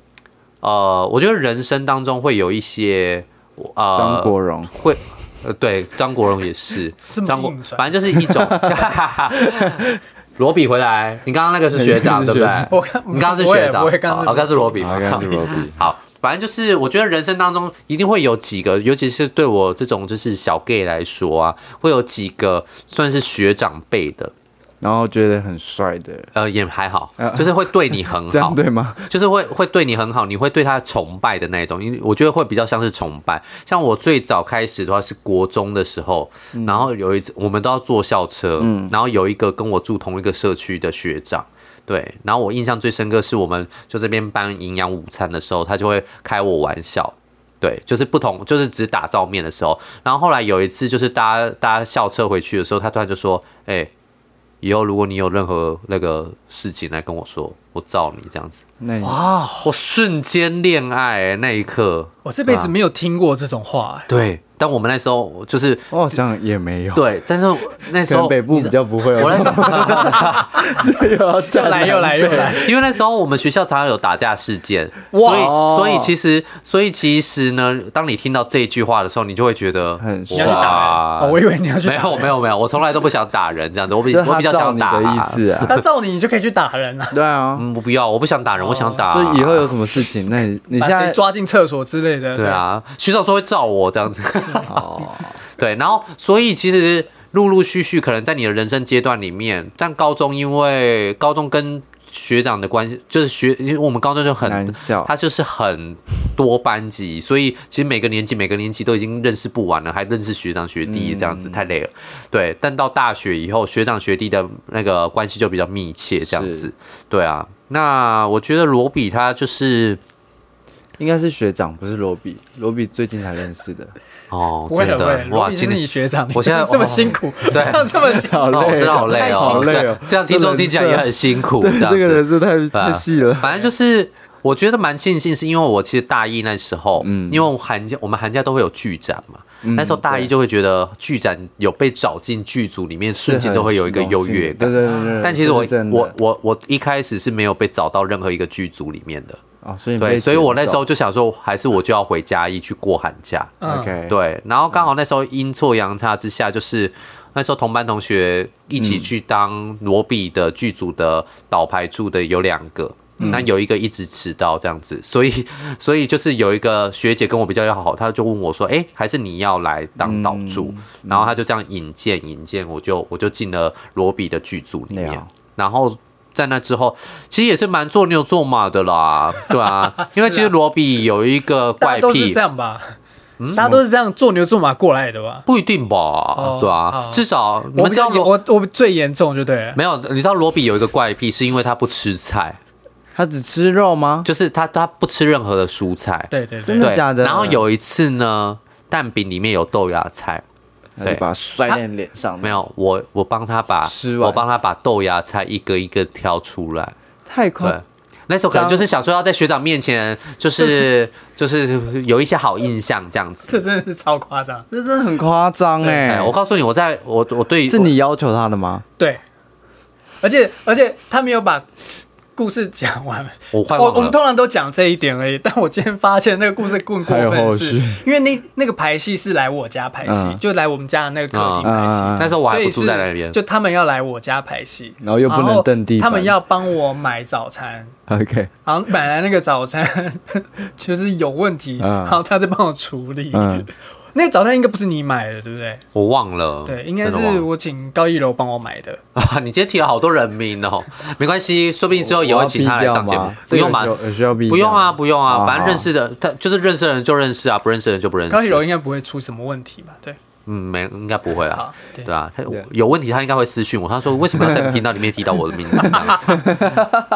Speaker 1: 呃，我觉得人生当中会有一些，呃，
Speaker 3: 张国 荣。
Speaker 1: 会，呃，对，张国荣也是
Speaker 2: 么，
Speaker 1: 张国
Speaker 2: 硬，转
Speaker 1: 反正就是一 种。罗比回来，你刚刚那个是学 长对不对
Speaker 3: 是学长？
Speaker 2: 我看
Speaker 1: 你刚刚是
Speaker 2: 我也
Speaker 1: 学长，
Speaker 2: 我也刚刚是
Speaker 1: 哦，刚是罗比，
Speaker 3: 好刚刚是罗比
Speaker 1: 好，反正就是我觉得人生当中一定会有几个，尤其是对我这种就是小 gay 来说啊，会有几个算是学长辈的，
Speaker 3: 然后觉得很帅的，
Speaker 1: 呃，也还好，
Speaker 3: 啊
Speaker 1: 就是会对你很
Speaker 3: 这
Speaker 1: 好
Speaker 3: 样，对吗？
Speaker 1: 就是会会对你很好，你会对他崇拜的那一种，因为我觉得会比较像是崇拜。像我最早开始的话是国中的时候，然后有一次我们都要坐校车，然后有一个跟我住同一个社区的学长。对，然后我印象最深刻是我们就这边办营养午餐的时候，他就会开我玩笑，对，就是不同，就是只打照面的时候。然后后来有一次，就是搭搭校车回去的时候，他突然就说：“哎、以后如果你有任何那个事情来跟我说，我罩你这样子。”
Speaker 3: 那你
Speaker 2: 哇，
Speaker 1: 我瞬间恋爱、那一刻，
Speaker 2: 我这辈
Speaker 1: 啊
Speaker 2: 子没有听过这种话、 哎
Speaker 1: 对。但我们那时候就是
Speaker 3: 我好像也没有，
Speaker 1: 对，但是那时
Speaker 3: 可
Speaker 1: 候
Speaker 3: 能北部比较不会有。
Speaker 1: 我那时候，
Speaker 3: 又要站
Speaker 2: 又来又来又来，
Speaker 1: 因为那时候我们学校常常有打架事件，所以
Speaker 3: 哇
Speaker 1: 所以其实所以其实呢，当你听到这句话的时候，你就会觉得
Speaker 3: 很
Speaker 2: 你要去打人、哦，我以为你要去打
Speaker 1: 没
Speaker 2: 人
Speaker 1: 有没有没有，我从来都不想打人这样子，我比
Speaker 3: 就是
Speaker 1: 我
Speaker 3: 他
Speaker 1: 比较
Speaker 3: 照
Speaker 1: 想
Speaker 3: 你
Speaker 1: 打
Speaker 3: 的意，思啊？
Speaker 2: 他照你，你就可以去打人啊，
Speaker 3: 对啊，
Speaker 1: 嗯，我不要，我不想打人，我想打。
Speaker 3: 所以以后有什么事情，那你你
Speaker 2: 把
Speaker 3: 现
Speaker 2: 谁
Speaker 3: 在
Speaker 2: 抓进厕所之类的。
Speaker 1: 对，啊，徐少说会照我这样子。
Speaker 3: 哦
Speaker 1: 对，然后所以其实陆陆续续，可能在你的人生阶段里面，但高中因为高中跟学长的关系，就是学，因为我们高中就很
Speaker 3: 难。笑，
Speaker 1: 他就是很多班级，所以其实每个年级每个年级都已经认识不完了，还认识学长学弟这样子、太累了。对，但到大学以后，学长学弟的那个关系就比较密切，这样
Speaker 3: 是
Speaker 1: 子。对啊，那我觉得罗比他就是
Speaker 3: 应该是学长，不是罗比。罗比最近才认识的，
Speaker 1: 哦，
Speaker 2: 不会
Speaker 1: 真
Speaker 2: 不会
Speaker 1: 的，
Speaker 2: 罗
Speaker 1: 哇，
Speaker 2: 比是
Speaker 1: 今天
Speaker 2: 你学长，
Speaker 1: 我现在
Speaker 2: 你这么辛苦，
Speaker 1: 对
Speaker 2: 这么辛苦，
Speaker 3: 好累
Speaker 1: 哦，我真的好累哦，
Speaker 3: 好累哦
Speaker 1: 对这样听众听起来也很辛苦，
Speaker 3: 对
Speaker 1: 这，样
Speaker 3: 这个人
Speaker 1: 子。
Speaker 3: 是太
Speaker 1: 对啊
Speaker 3: 太细了。
Speaker 1: 反正就是，我觉得蛮庆幸，是因为我其实大一那时候，嗯，因为我寒假我们寒假都会有剧展嘛，
Speaker 3: 嗯
Speaker 1: 那时候大一就会觉得剧展有被找进剧组里面，瞬间都会有一个优越
Speaker 3: 对
Speaker 1: 感。
Speaker 3: 对对对。
Speaker 1: 但其实我
Speaker 3: 这是真的
Speaker 1: 我我我一开始是没有被找到任何一个剧组里面的，
Speaker 3: 哦，所以你被
Speaker 1: 对，所以我那时候
Speaker 3: 卷
Speaker 1: 就想说，还是我就要回嘉义去过寒假。
Speaker 3: 走
Speaker 2: 嗯，
Speaker 3: OK
Speaker 1: 对，然后刚好那时候阴错阳差之下，就是那时候同班同学一起去当罗比的剧组的导排助的有两个。
Speaker 2: 嗯
Speaker 1: 那有一个一直迟到这样子，所以所以就是有一个学姐跟我比较要好，她就问我说：“哎、还是你要来当导
Speaker 2: 嗯
Speaker 1: 助？”然后她就这样引荐引荐，我就我就进了罗比的剧组里面
Speaker 2: 嗯
Speaker 3: 了。
Speaker 1: 然后在那之后，其实也是蛮做牛做马的啦，对 啊，因为其实罗比有一个
Speaker 2: 大
Speaker 1: 怪
Speaker 2: 家都是
Speaker 1: 癖嗯
Speaker 2: 这，样吧？大家都是这样做牛做马过来的吧？
Speaker 1: 不一定吧，
Speaker 2: 哦
Speaker 1: 对啊
Speaker 2: 好，
Speaker 1: 至少你
Speaker 2: 我
Speaker 1: 们
Speaker 2: 比
Speaker 1: 知道
Speaker 2: 较严
Speaker 1: 罗
Speaker 2: 我我最严重就对了，
Speaker 1: 没有？你知道罗比有一个怪癖，是因为他不吃菜，
Speaker 3: 他只吃肉吗？
Speaker 1: 就是他他不吃任何的蔬菜，
Speaker 2: 对对
Speaker 3: 真
Speaker 2: 对
Speaker 3: 的，
Speaker 1: 对
Speaker 3: 假的
Speaker 1: 然后有一次呢，蛋饼里面有豆芽菜，
Speaker 3: 他就把它摔在你脸上，
Speaker 1: 没有我我帮他把
Speaker 3: 吃完
Speaker 1: 我帮他把豆芽菜一个一个挑出来，
Speaker 3: 太
Speaker 1: 对
Speaker 2: 哦
Speaker 3: 夸。
Speaker 1: 那时候可能就是想说要在学长面前，就是 就是有一些好印象这样子。
Speaker 2: 这真的是超夸张。
Speaker 3: 这真的很夸张哎
Speaker 1: 哎，！我告诉你，我在我我对
Speaker 3: 是你要求他的吗？
Speaker 2: 对，而且而且他没有把故事讲完。
Speaker 1: 我换
Speaker 2: 哦我我
Speaker 1: 忘
Speaker 2: 们
Speaker 1: 了，
Speaker 2: 通常都讲这一点而已， 但我今天发现那个故事更过
Speaker 3: 还有
Speaker 2: 分
Speaker 3: 后
Speaker 2: 是
Speaker 3: 续，
Speaker 2: 因为那那个排戏是来我家排戏，
Speaker 3: 嗯
Speaker 2: 就来我们家的那个客厅排戏，
Speaker 3: 嗯嗯嗯
Speaker 1: 那时候我还
Speaker 2: 所以
Speaker 1: 不
Speaker 2: 是
Speaker 1: 住在那边，
Speaker 2: 就他们要来我家排戏，
Speaker 3: 然后又不能
Speaker 2: 然后
Speaker 3: 蹬地板
Speaker 2: 他们要帮我买早餐，
Speaker 3: OK，
Speaker 2: 然后买来那个早餐 就是有问题，
Speaker 3: 嗯
Speaker 2: 然后他在帮我处理。
Speaker 3: 嗯
Speaker 2: 那个早餐应该不是你买的，对不对？
Speaker 1: 我忘了，
Speaker 2: 对，应该
Speaker 1: 嗯真的忘
Speaker 2: 是
Speaker 1: 了
Speaker 2: 我请高一楼帮我买的。
Speaker 1: 啊！ 你今天提了好多人名哦，没关系，说不定之后也会请他来上节
Speaker 3: 我要
Speaker 1: 目
Speaker 3: 逼掉吗，
Speaker 1: 不用吧
Speaker 3: 这？个有需要逼？
Speaker 1: 不用啊，，不用
Speaker 3: 好
Speaker 1: 啊，
Speaker 3: 好
Speaker 1: 反正认识的他就是认识的人就认识啊，不认识的人就不认
Speaker 2: 高一楼
Speaker 1: 识。
Speaker 2: 应该不会出什么问题吧？对，
Speaker 1: 嗯，没，应该不会啊
Speaker 2: 好。对
Speaker 1: 对啊，他有问题，他应该会私讯我。他说为什么要在频道里面提到我的名字这样 子？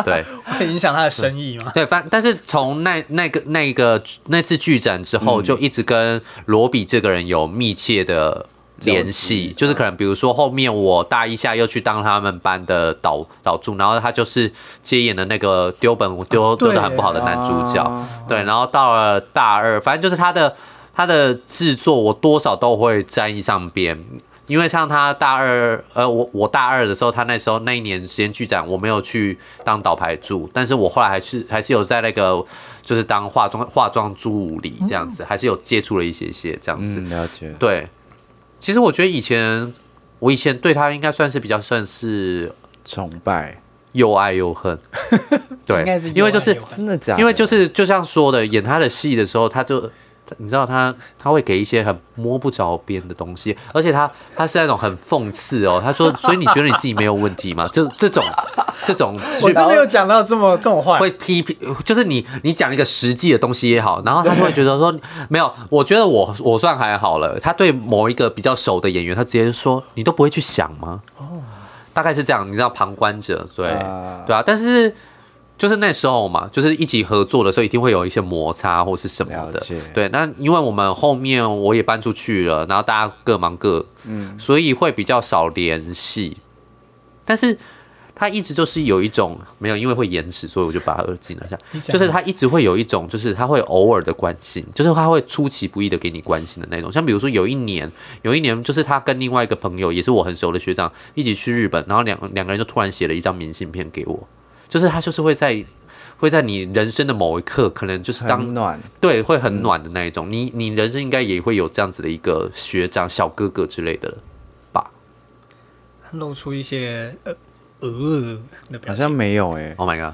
Speaker 1: 对
Speaker 2: 会影响他的生意吗？
Speaker 1: 对，反但是从那那个那个那次剧展之后，就一直跟罗比这个人有密切的联系。就是可能比如说后面我大一下又去当他们班的导导助，然后他就是接演的那个丢本丢丢的很不好的男主角。
Speaker 2: 嗯
Speaker 3: 啊
Speaker 1: 对，然后到了大二，反正就是他的他的制作，我多少都会沾一上边。因为像他大二，呃，我我大二的时候，他那时候那一年时间剧展，我没有去当导牌助，但是我后来还是还是有在那个就是当化妆化妆助理这样子，
Speaker 2: 嗯
Speaker 1: 还是有接触了一些些这样子。
Speaker 3: 嗯，了解。
Speaker 1: 对，其实我觉得以前我以前对他应该算是比较算是
Speaker 3: 崇拜，
Speaker 1: 又爱又 恨，对，
Speaker 2: 应该是
Speaker 1: 因为就是
Speaker 2: 又爱又恨
Speaker 3: 真的假的？
Speaker 1: 因为就是就像说的，演他的戏的时候，他就他你知道他他会给一些很摸不着边的东西，而且他他是那种很讽刺哦。他说：“所以你觉得你自己没有问题吗？”这这种这种
Speaker 2: 我真的有讲到这么这种话，
Speaker 1: 会批评，就是你你讲一个实际的东西也好，然后他就会觉得说没有，我觉得我我算还好了。他对某一个比较熟的演员，他直接说你都不会去想吗？哦，大概是这样，你知道旁观者对、
Speaker 3: 啊
Speaker 1: 对啊，但是就是那时候嘛，就是一起合作的时候，一定会有一些摩擦或是什么
Speaker 3: 了
Speaker 1: 的
Speaker 3: 解。
Speaker 1: 对，那因为我们后面我也搬出去了，然后大家各忙各，
Speaker 3: 嗯
Speaker 1: 所以会比较少联系。但是他一直就是有一种没有，因为会延迟，所以我就把他耳机拿下。
Speaker 2: 你讲
Speaker 1: 就是他一直会有一种，就是他会偶尔的关心，就是他会出其不意的给你关心的那种。像比如说有一年，有一年就是他跟另外一个朋友，也是我很熟的学长，一起去日本，然后两两个人就突然写了一张明信片给我，就是他就是会在。会在你人生的某一刻，可能就是当
Speaker 3: 很暖，
Speaker 1: 对，会很暖的那一种。你你人生应该也会有这样子的一个学长、小哥哥之类的吧
Speaker 2: 露出一些呃呃的表
Speaker 3: 好
Speaker 2: 情
Speaker 3: 像。没有哎，
Speaker 1: ？Oh my god,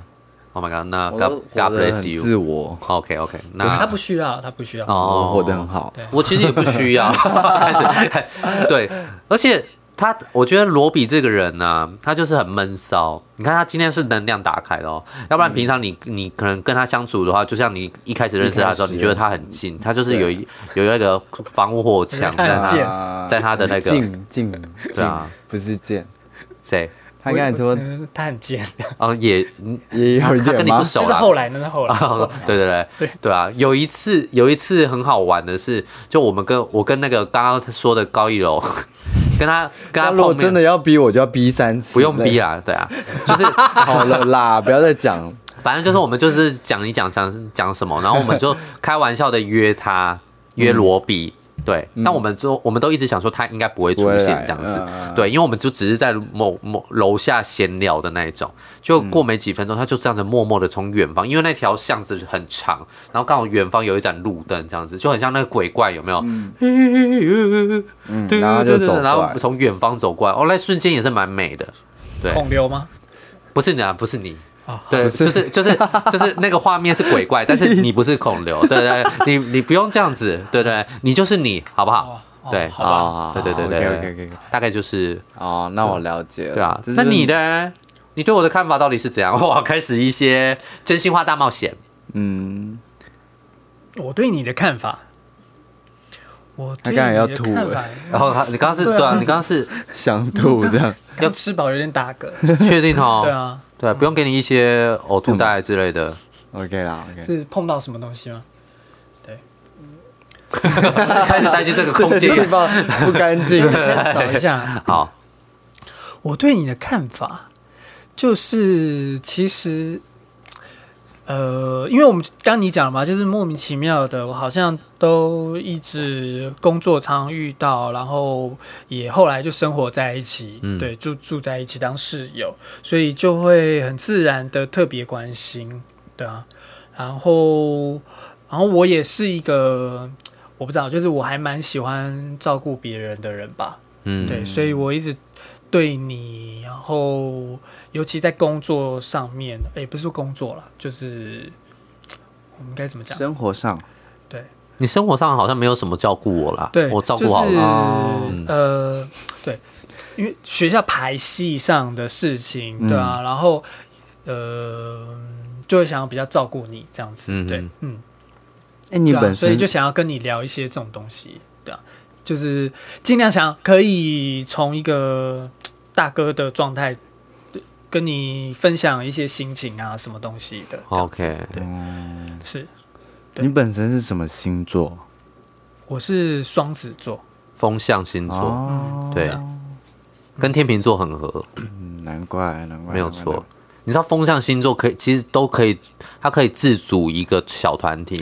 Speaker 1: Oh my god，那
Speaker 3: 我
Speaker 1: God
Speaker 3: 都
Speaker 1: God
Speaker 3: 活得
Speaker 1: bless
Speaker 3: 很
Speaker 1: you。
Speaker 3: 自我，
Speaker 1: OK OK，
Speaker 2: 他
Speaker 1: 那
Speaker 2: 不需要，他不需要。
Speaker 1: 哦
Speaker 3: 我活得很好。
Speaker 1: 我其实也不需 要。开始对，而且他，我觉得罗比这个人呢、他就是很闷骚。你看他今天是能量打开的哦，要不然平常你你可能跟他相处的话，就像你一开始认识他的时候，
Speaker 3: 嗯一开始
Speaker 1: 你觉得他很近，他就是有一有那个防火墙
Speaker 2: 他
Speaker 1: 在
Speaker 2: 很
Speaker 1: 那
Speaker 2: 贱
Speaker 1: 里。
Speaker 3: 啊
Speaker 1: 在他的那个
Speaker 3: 静静，
Speaker 1: 对啊
Speaker 3: 静，不是贱。
Speaker 1: 谁？
Speaker 3: 他刚才说
Speaker 2: 嗯他很贱，
Speaker 1: 哦，也嗯
Speaker 3: 也有一
Speaker 1: 他跟
Speaker 3: 点
Speaker 1: 你不
Speaker 3: 吗？
Speaker 1: 熟
Speaker 2: 那是
Speaker 1: 啦
Speaker 2: 后来，那是后来。
Speaker 1: 啊， 对对对对啊！有一次有一次很好玩的是，就我们跟我跟那个刚刚说的高一楼， 跟他跟他
Speaker 3: 那如果
Speaker 1: 碰
Speaker 3: 真
Speaker 1: 面，
Speaker 3: 的要逼我，就要逼三次。
Speaker 1: 不用逼
Speaker 3: 啊，
Speaker 1: 啊，对啊，就是
Speaker 3: 好 了啦，不要再讲。
Speaker 1: 反正就是我们就是讲一讲讲讲什么，然后我们就开玩笑的约他
Speaker 3: 嗯
Speaker 1: 约罗比。对，但我们都我们都一直想说他应该不会出
Speaker 3: 不会
Speaker 1: 现
Speaker 3: 来
Speaker 1: 这样子
Speaker 3: 嗯嗯，嗯
Speaker 1: 对，因为我们就只是在某某楼下闲聊的那一种，就过没几分钟，他就这样子默默的从远方，因为那条巷子很长，然后刚好远方有一盏路灯，这样子就很像那个鬼怪有没有？
Speaker 3: 嗯
Speaker 1: 对
Speaker 3: 然后
Speaker 1: 对
Speaker 3: 就
Speaker 1: 对
Speaker 3: 走
Speaker 1: 对
Speaker 3: 过
Speaker 1: 然后
Speaker 3: 来。
Speaker 1: 从远方走过来，哦，那瞬间也是蛮美的，对
Speaker 2: 孔刘吗？
Speaker 1: 不是你啊，不是你，
Speaker 2: 啊，
Speaker 1: 对，就是就是就是那个画面是鬼 怪，但是你不是孔刘，对对，对你你不用这样子，对对，你就是你，好不好？
Speaker 2: 哦
Speaker 1: 对，
Speaker 3: 啊
Speaker 2: 好吧
Speaker 1: 对对对对
Speaker 3: ，OK OK OK。
Speaker 1: 大概就是
Speaker 3: 哦，那我了解了。
Speaker 1: 对啊。
Speaker 3: 这就
Speaker 1: 那
Speaker 3: 是
Speaker 1: 你呢？你对我的看法到底是怎样？ 哇，开始一些真心话大冒险。
Speaker 3: 嗯，
Speaker 2: 我对你的看法，我对
Speaker 3: 他刚才要
Speaker 2: 你的
Speaker 3: 吐
Speaker 2: 看
Speaker 3: 了
Speaker 2: 法，
Speaker 1: 然后他，你刚刚是
Speaker 2: 对啊
Speaker 1: 对啊，你刚刚是
Speaker 3: 想吐这 样。
Speaker 2: 刚吃饱有点打 嗝。
Speaker 1: 确定
Speaker 2: 对
Speaker 1: 哦，
Speaker 2: 啊，
Speaker 1: 对，不用给你一些呕吐带之类的。
Speaker 3: OK 啦，OK。
Speaker 2: 是碰到什么东西吗？啊
Speaker 1: 开始担心这个空
Speaker 3: 这地
Speaker 1: 间。
Speaker 3: 方不干净
Speaker 2: 就。是开始找一下。
Speaker 1: 好，
Speaker 2: 我对你的看法就是，其实，呃，因为我们刚你讲了嘛，就是莫名其妙的，我好像都一直工作常遇到，然后也后来就生活在一起，
Speaker 1: 嗯
Speaker 2: 对，住住在一起当室友，所以就会很自然的特别关心，对啊，然后，然后我也是一个。我不知道，就是我还蛮喜欢照顾别人的人吧，
Speaker 1: 嗯，
Speaker 2: 对，所以我一直对你，然后尤其在工作上面，也不是说工作了，就是我们该怎么
Speaker 1: 啊
Speaker 2: 讲？
Speaker 3: 生活上，
Speaker 2: 对
Speaker 1: 你生活上好像没有什么照顾我啦，
Speaker 2: 对，
Speaker 1: 我照顾好
Speaker 2: 就是
Speaker 1: 了。嗯
Speaker 3: 哦
Speaker 2: 呃，对，因为学校排戏上的事情，对
Speaker 1: 嗯
Speaker 2: 啊，然后呃，就会想要比较照顾你这样子，
Speaker 1: 嗯
Speaker 2: 对，嗯，
Speaker 3: 哎，你
Speaker 2: 对啊
Speaker 3: 本
Speaker 2: 所以
Speaker 3: 身
Speaker 2: 就想要跟你聊一些这种东西，对啊，就是尽量想可以从一个大哥的状态跟你分享一些心情啊，什么东西的。
Speaker 1: OK，
Speaker 2: 是对
Speaker 3: 你本身是什么星座？
Speaker 2: 我是双子座，
Speaker 1: 风象星座，
Speaker 3: 哦，
Speaker 1: 对，跟天秤座很合，
Speaker 3: 嗯难怪，难怪，
Speaker 1: 没有
Speaker 3: 难怪
Speaker 1: 错。。你知道风象星座可以，其实都可以，它可以自组一个小团体，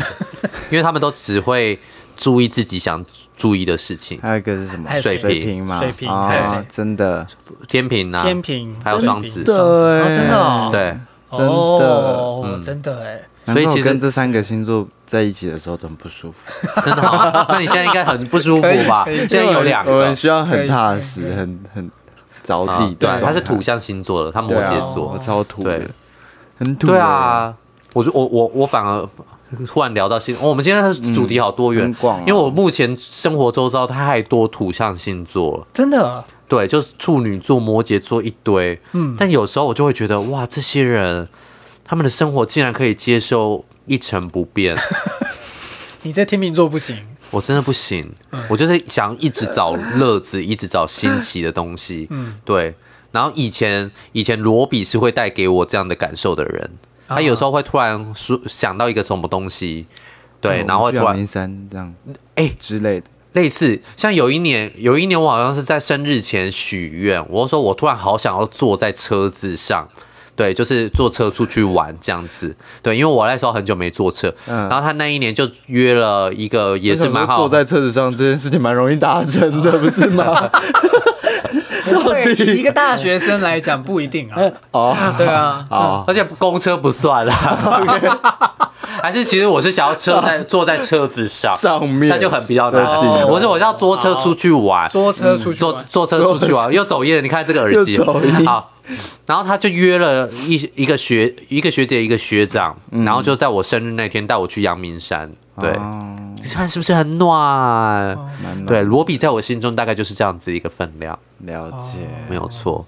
Speaker 1: 因为他们都只会注意自己想注意的事情。
Speaker 3: 还有一个是什么
Speaker 2: 还？有
Speaker 1: 水瓶
Speaker 3: 瓶嘛，
Speaker 2: 水瓶
Speaker 3: 哦
Speaker 2: 还有谁
Speaker 3: 真的，
Speaker 1: 天平啊，
Speaker 2: 天平
Speaker 1: 还有双子
Speaker 2: 双子哦，
Speaker 3: 对
Speaker 2: 真的哦，
Speaker 1: 对，
Speaker 3: 真的
Speaker 2: 哦
Speaker 1: 嗯
Speaker 2: 真的哎，
Speaker 3: 难
Speaker 1: 所以
Speaker 3: 怪我
Speaker 1: 其实
Speaker 3: 跟这三个星座在一起的时候都很不舒服。
Speaker 1: 真的好。那你现在应该很不舒服吧？
Speaker 2: 可以可以
Speaker 1: 现在有两
Speaker 3: 我
Speaker 1: 个
Speaker 3: 们，需要很踏
Speaker 2: 可以
Speaker 3: 实，很很着
Speaker 1: 啊
Speaker 3: 地的
Speaker 1: 对
Speaker 3: 状，态。
Speaker 1: 他是土象星座的，他摩
Speaker 3: 对啊
Speaker 1: 羯
Speaker 3: 我
Speaker 1: 座，
Speaker 3: 超土的
Speaker 1: 对，
Speaker 3: 很土。
Speaker 1: 对，啊，我就我我我反而突然聊到星，哦我们今天的主题好多元
Speaker 3: 很，广啊
Speaker 1: 因为我目前生活周遭太多土象星座了，
Speaker 2: 真的
Speaker 1: 对，就是处女座、摩羯座一堆，嗯，但有时候我就会觉得，哇，这些人他们的生活竟然可以接受一成不变，
Speaker 2: 你在天秤座不 行，
Speaker 1: 我真的不行，
Speaker 3: 哎
Speaker 1: 我就是想一直找乐子，一直找新奇的东西，嗯，对。然后以前以前罗比是会带给我这样的感受的人，
Speaker 3: 啊
Speaker 1: 他有时候会突然说想到一个什么东西，
Speaker 3: 哎哦
Speaker 1: 对，然后会突然
Speaker 3: 名山这样，
Speaker 1: 哎
Speaker 3: 之类的，
Speaker 1: 类似像有一年，有一年我好像是在生日前许愿，我说我突然好想要坐在车子上，对，就是坐车出去玩这样子，对，因为我那时候很久没坐车，
Speaker 3: 嗯
Speaker 1: 然后他那一年就约了一个也是蛮好
Speaker 3: 坐在车子上这件事情蛮容易达成 的，不是吗？
Speaker 2: 对以一个大学生来讲不一定 啊，
Speaker 3: 哦，
Speaker 2: 对啊，
Speaker 1: 嗯
Speaker 3: 好，
Speaker 1: 而且公车不算啦，还是其实我是想要车在坐在车子上
Speaker 3: 上面
Speaker 1: 那就很比较难。
Speaker 2: 对对对
Speaker 1: 我是我要坐车出去玩，
Speaker 2: 坐车出去
Speaker 1: 坐
Speaker 2: 玩
Speaker 1: 坐车出去玩，又走夜了。你看这个耳机
Speaker 3: 又走音，
Speaker 1: 好。然后他就约了一一个学一个学姐一个学长，然后就在我生日那天带我去阳明山。对，
Speaker 3: 哦
Speaker 1: 你看是不是很暖？
Speaker 3: 蛮
Speaker 1: 对，罗比在我心中大概就是这样子一个分量，
Speaker 3: 了解，
Speaker 2: 哦
Speaker 1: 没有错。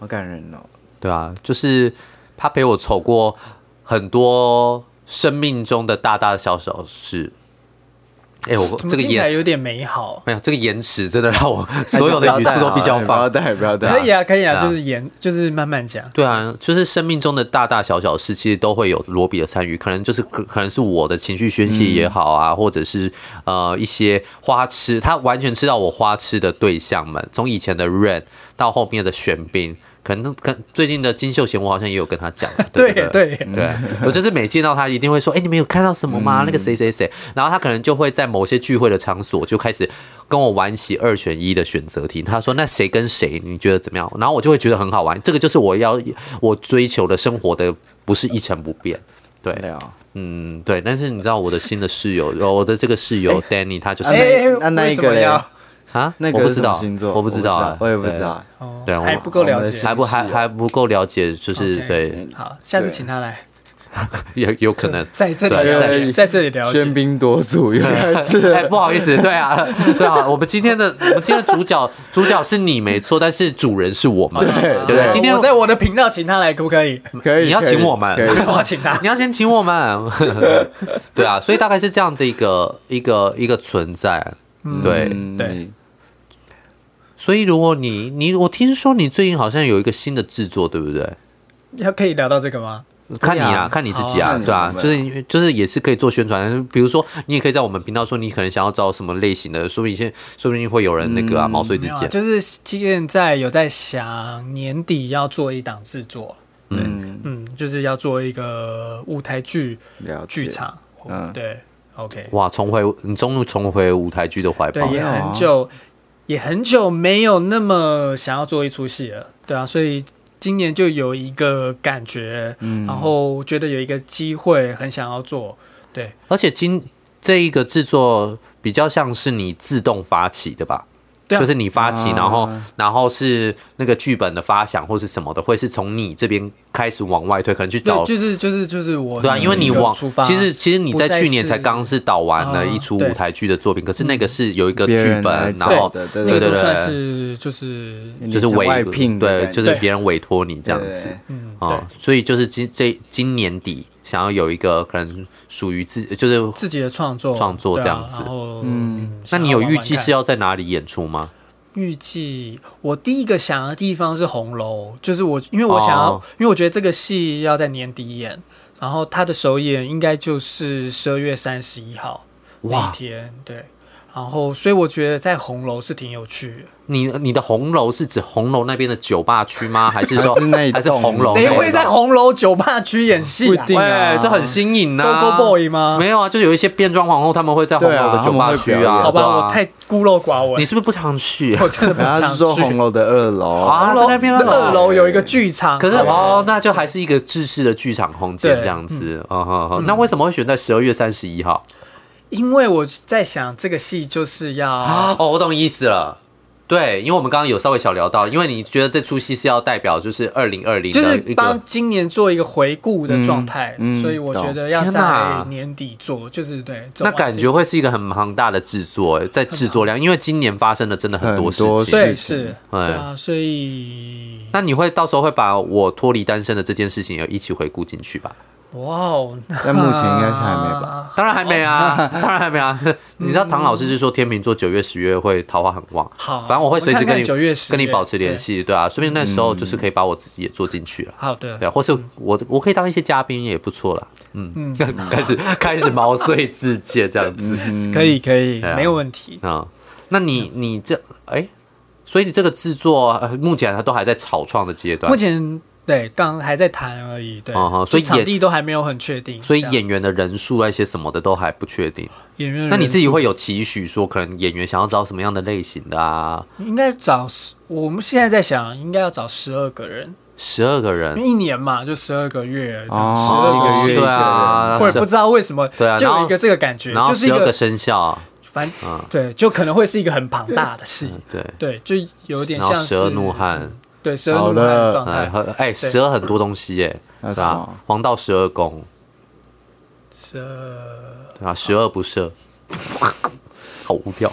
Speaker 3: 好感人哦。
Speaker 1: 对啊，就是他陪我走过很多生命中的大大小小事。哎、我
Speaker 2: 怎
Speaker 1: 这
Speaker 2: 么
Speaker 1: 个
Speaker 2: 听起来
Speaker 1: 延
Speaker 2: 有点美好。
Speaker 1: 没有这个延迟，真的让我 所有的语速都比
Speaker 2: 啊
Speaker 1: 较
Speaker 3: 不要
Speaker 1: 放。
Speaker 3: 带，不要带，
Speaker 2: 可以
Speaker 3: 啊。
Speaker 2: 啊，可以
Speaker 1: 对
Speaker 2: 啊，
Speaker 1: 啊
Speaker 2: 就是演，就是慢慢讲。
Speaker 1: 对啊，就是生命中的大大小小事，其实都会有罗比的参与，可能就是可可能是我的情绪宣泄也好啊，或者是呃一些花痴，他完全知道我花痴的对象们，从以前的 Rain 到后面的玄彬，可能跟最近的金秀贤，我好像也有跟他讲，对
Speaker 2: 对
Speaker 1: 不对
Speaker 2: 对，
Speaker 1: 对，我就是每见到他一定会说：“哎、你们有看到什么
Speaker 3: 嗯
Speaker 1: 吗？那个谁谁谁。”然后他可能就会在某些聚会的场所就开始跟我玩起二选一的选择题。他说：“那谁跟谁，你觉得怎么样？”然后我就会觉得很好玩。这个就是我要我追求的生活的，不是一成不变。对，
Speaker 3: 了，
Speaker 1: 嗯，对。但是你知道我的新的室友，呃我的这个室友 Danny，他就是、
Speaker 3: 那
Speaker 2: 哎，
Speaker 3: 那那
Speaker 2: 为
Speaker 3: 一
Speaker 2: 什
Speaker 3: 个
Speaker 2: 么
Speaker 3: 嘞
Speaker 2: 要？
Speaker 1: 啊，
Speaker 3: 那
Speaker 1: 我
Speaker 3: 个
Speaker 1: 不
Speaker 3: 是
Speaker 1: 知
Speaker 3: 什
Speaker 1: 道
Speaker 3: 么星座，
Speaker 1: 我不知道啊，
Speaker 3: 我也不
Speaker 1: 对
Speaker 3: 知道。
Speaker 2: 哦
Speaker 1: 对我
Speaker 2: 还不够了
Speaker 3: 我们
Speaker 2: 解。
Speaker 1: 还不还还不够了解，就是
Speaker 2: OK
Speaker 1: 对，
Speaker 2: 好，下次请他来，
Speaker 1: 也有可能
Speaker 2: 在这里
Speaker 1: 对
Speaker 2: 了
Speaker 1: 在
Speaker 2: 解，在这里了
Speaker 3: 喧
Speaker 2: 解。
Speaker 3: 宾夺主，原来
Speaker 1: 哎、
Speaker 3: 是
Speaker 1: 不好意思，对啊，对啊，我们今天的我们今天的主角主角是你没错，但是主人是我们，对不对？
Speaker 2: 我
Speaker 1: 今天
Speaker 2: 我在我的频道请他来，可不可以？
Speaker 3: 可以。
Speaker 1: 你要请我们
Speaker 3: 可以可以
Speaker 2: 我请他。
Speaker 1: 你要先请我们， 对啊，所以大概是这样的一个一个一个存在， 对。
Speaker 3: 嗯
Speaker 2: 对
Speaker 3: 你
Speaker 1: 所以如果你你我听说你最近好像有一个新的制作，对不对？
Speaker 2: 要可以聊到这个吗？
Speaker 1: 看你啊，看你自己啊
Speaker 3: 好啊，
Speaker 1: 对啊，
Speaker 3: 那
Speaker 1: 就
Speaker 3: 你
Speaker 1: 是你就是也是可以做宣传，比如说你也可以在我们频道说你可能想要找什么类型的，说不定现说不定会有人那个啊毛遂自
Speaker 2: 没有啊，
Speaker 1: 荐，
Speaker 2: 就是现在有在想年底要做一档制作，
Speaker 3: 嗯，
Speaker 2: 嗯，就是要做一个舞台剧
Speaker 3: 了解
Speaker 2: 剧场，
Speaker 3: 嗯
Speaker 2: 对，OK，
Speaker 1: 哇，重回你终于重回舞台剧的怀抱
Speaker 2: 对，，也
Speaker 3: 有啊
Speaker 2: 很久，也很久没有那么想要做一出戏了，对啊，所以今年就有一个感觉，
Speaker 1: 嗯
Speaker 2: 然后觉得有一个机会，很想要做，对，
Speaker 1: 而且今这一个制作比较像是你自动发起的吧？
Speaker 2: 对啊
Speaker 1: 就是你发起，
Speaker 3: 啊
Speaker 1: 然后然后是那个剧本的发想或是什么的，会是从你这边开始往外推，可能去
Speaker 2: 对，
Speaker 1: 找。
Speaker 2: 就是嗯就是就是我
Speaker 1: 对啊，因为你
Speaker 2: 那个
Speaker 1: 往
Speaker 2: 出发，
Speaker 1: 其实其实你在
Speaker 2: 不再
Speaker 1: 去年
Speaker 2: 是
Speaker 1: 才刚是导完了
Speaker 2: 啊嗯
Speaker 1: 一出
Speaker 2: 对
Speaker 1: 舞台剧的作品，可是那个是有一个
Speaker 3: 别
Speaker 1: 剧
Speaker 3: 人来
Speaker 1: 本，然
Speaker 3: 找
Speaker 1: 后
Speaker 3: 的
Speaker 1: 对
Speaker 3: 对
Speaker 2: 那个
Speaker 1: 对
Speaker 2: 都算
Speaker 1: 对，
Speaker 2: 是就是
Speaker 1: 就是
Speaker 3: 有点像
Speaker 1: 委
Speaker 3: 外聘的
Speaker 1: 对，
Speaker 3: 感觉
Speaker 1: 就是
Speaker 2: 对
Speaker 1: 别人委托你这样
Speaker 3: 对
Speaker 1: 子啊
Speaker 3: 对
Speaker 2: 嗯，对
Speaker 1: 啊，所以就是今这今年底想要有一个可能属于自就是
Speaker 2: 自己的创作
Speaker 1: 创作这样子
Speaker 2: 对啊然后嗯，
Speaker 1: 那你有预计是
Speaker 2: 要
Speaker 1: 要在哪里演出吗？
Speaker 2: 预计？我第一个想的地方是红楼，就是我因为我想要，
Speaker 1: 哦
Speaker 2: 因为我觉得这个戏要在年底演，然后它的首演应该就是十二月三十一号那
Speaker 1: 哇
Speaker 2: 一天，对。然后，所以我觉得在红楼是挺有趣的。
Speaker 1: 你你的红楼是指红楼那边的酒吧区吗？还是说
Speaker 3: 还是那一
Speaker 1: 还是
Speaker 3: 栋
Speaker 1: 红楼那一
Speaker 2: 谁
Speaker 1: 栋？
Speaker 2: 会在红楼酒吧区演戏
Speaker 3: 不
Speaker 2: 啊
Speaker 3: 一？定啊
Speaker 1: 喂，这很新颖呐、
Speaker 2: Go Go Boy 吗
Speaker 1: 没有啊，就有一些变装皇后他们会在红楼的酒吧区
Speaker 3: 对啊
Speaker 1: 啊。
Speaker 2: 好
Speaker 1: 对
Speaker 2: 吧，
Speaker 1: 啊
Speaker 2: 我太孤陋寡闻
Speaker 1: 你，是不是不常 去？
Speaker 2: 我真的不
Speaker 3: 然后他
Speaker 2: 想
Speaker 3: 是说红
Speaker 2: 去。
Speaker 3: 楼的二楼，
Speaker 1: 啊
Speaker 2: 红楼
Speaker 1: 在那边啊
Speaker 2: 二楼有一个剧场，
Speaker 1: 可是
Speaker 2: 好吧
Speaker 1: 哦，那就还是一个制式的剧场空间
Speaker 2: 啊对
Speaker 1: 这样子。嗯哼哼，那为什么会选在十二月三十一号？
Speaker 2: 因为我在想这个戏就 是要啊
Speaker 1: 哦，我懂意思了。对，因为我们刚刚有稍微小聊到，因为你觉得这出戏是要代表就是二零二零，
Speaker 2: 就是
Speaker 1: 一个
Speaker 2: 帮今年做一个回顾的状态，
Speaker 3: 嗯嗯
Speaker 2: 所以我觉得要
Speaker 1: 懂天哪
Speaker 2: 在年底做，就是对。走
Speaker 1: 那
Speaker 2: 啊完
Speaker 1: 感觉会是一个很庞大的制作，哎在制作量，因为今年发生了真的很多事
Speaker 3: 很多
Speaker 1: 情。
Speaker 2: 这对
Speaker 3: 事情
Speaker 2: 是，对
Speaker 1: 哎
Speaker 2: 啊，所以
Speaker 1: 那你会到时候会把我脱离单身的这件事情也一起回顾进去 吧？
Speaker 2: 哇哦，
Speaker 3: 但目前应该是还没
Speaker 2: 吧？
Speaker 1: 当然还没啊，
Speaker 2: 哦
Speaker 1: 当然还没 啊。你知道唐老师是说天秤座九月十月会桃花很旺，
Speaker 2: 好，
Speaker 1: 反正我会随时
Speaker 2: 们
Speaker 1: 跟
Speaker 2: 看看
Speaker 1: 你
Speaker 2: 九月十
Speaker 1: 跟你保持联。系，对啊，说不定那时候就是可以把我自己也做进去了啊
Speaker 2: 对。好的
Speaker 1: 对，，或是我我可以当一些嘉宾也不错啦，嗯， 开始开始毛遂自荐这样子
Speaker 2: 可以可以，
Speaker 1: 啊
Speaker 2: 没有问题。
Speaker 1: 啊、那你
Speaker 2: 嗯
Speaker 1: 你这哎、所以你这个制作呃目前还都还在草创的阶段
Speaker 2: 目，前对，刚还在谈而已，对
Speaker 1: 嗯啊哼，所以
Speaker 2: 就场
Speaker 1: 演
Speaker 2: 地都还没有很确定，
Speaker 1: 所以
Speaker 2: 这样
Speaker 1: 演员的人数啊一些什么的都还不确定。
Speaker 2: 演员的人
Speaker 1: 那你自己
Speaker 2: 数
Speaker 1: 会有期许，说可能演员想要找什么样的类型的啊？
Speaker 2: 应该找十，我们现在在想，应该要找十二个人，
Speaker 1: 十二个
Speaker 2: 因为
Speaker 1: 人，
Speaker 2: 一年嘛，就十二个月，这样
Speaker 3: 哦
Speaker 2: 十二个
Speaker 3: 12一
Speaker 2: 月
Speaker 3: 个
Speaker 1: 对
Speaker 3: 月
Speaker 1: 啊，
Speaker 2: 或者不知道为什么，
Speaker 1: 对啊
Speaker 2: 就
Speaker 1: 然
Speaker 2: 有
Speaker 1: 后
Speaker 2: 一个这个感觉，
Speaker 1: 然后
Speaker 2: 就是一
Speaker 1: 十二
Speaker 2: 个
Speaker 1: 个嗯生肖，
Speaker 2: 反，对，就可能会是一个很庞大的戏，
Speaker 1: 对，
Speaker 2: 对，就有点
Speaker 1: 嗯然后
Speaker 2: 像
Speaker 1: 十
Speaker 2: 是哦
Speaker 1: 二怒，汉，
Speaker 2: 对，十二怒
Speaker 3: 好
Speaker 2: 汉
Speaker 3: 了
Speaker 2: 的状
Speaker 1: 哎
Speaker 2: 态，
Speaker 1: 和哎，十二很多东西耶，
Speaker 3: 那
Speaker 1: 对
Speaker 3: 什
Speaker 1: 吧
Speaker 3: 么？
Speaker 1: 黄道十二宫，
Speaker 2: 十二
Speaker 1: 对啊，十恶不 赦，好无聊。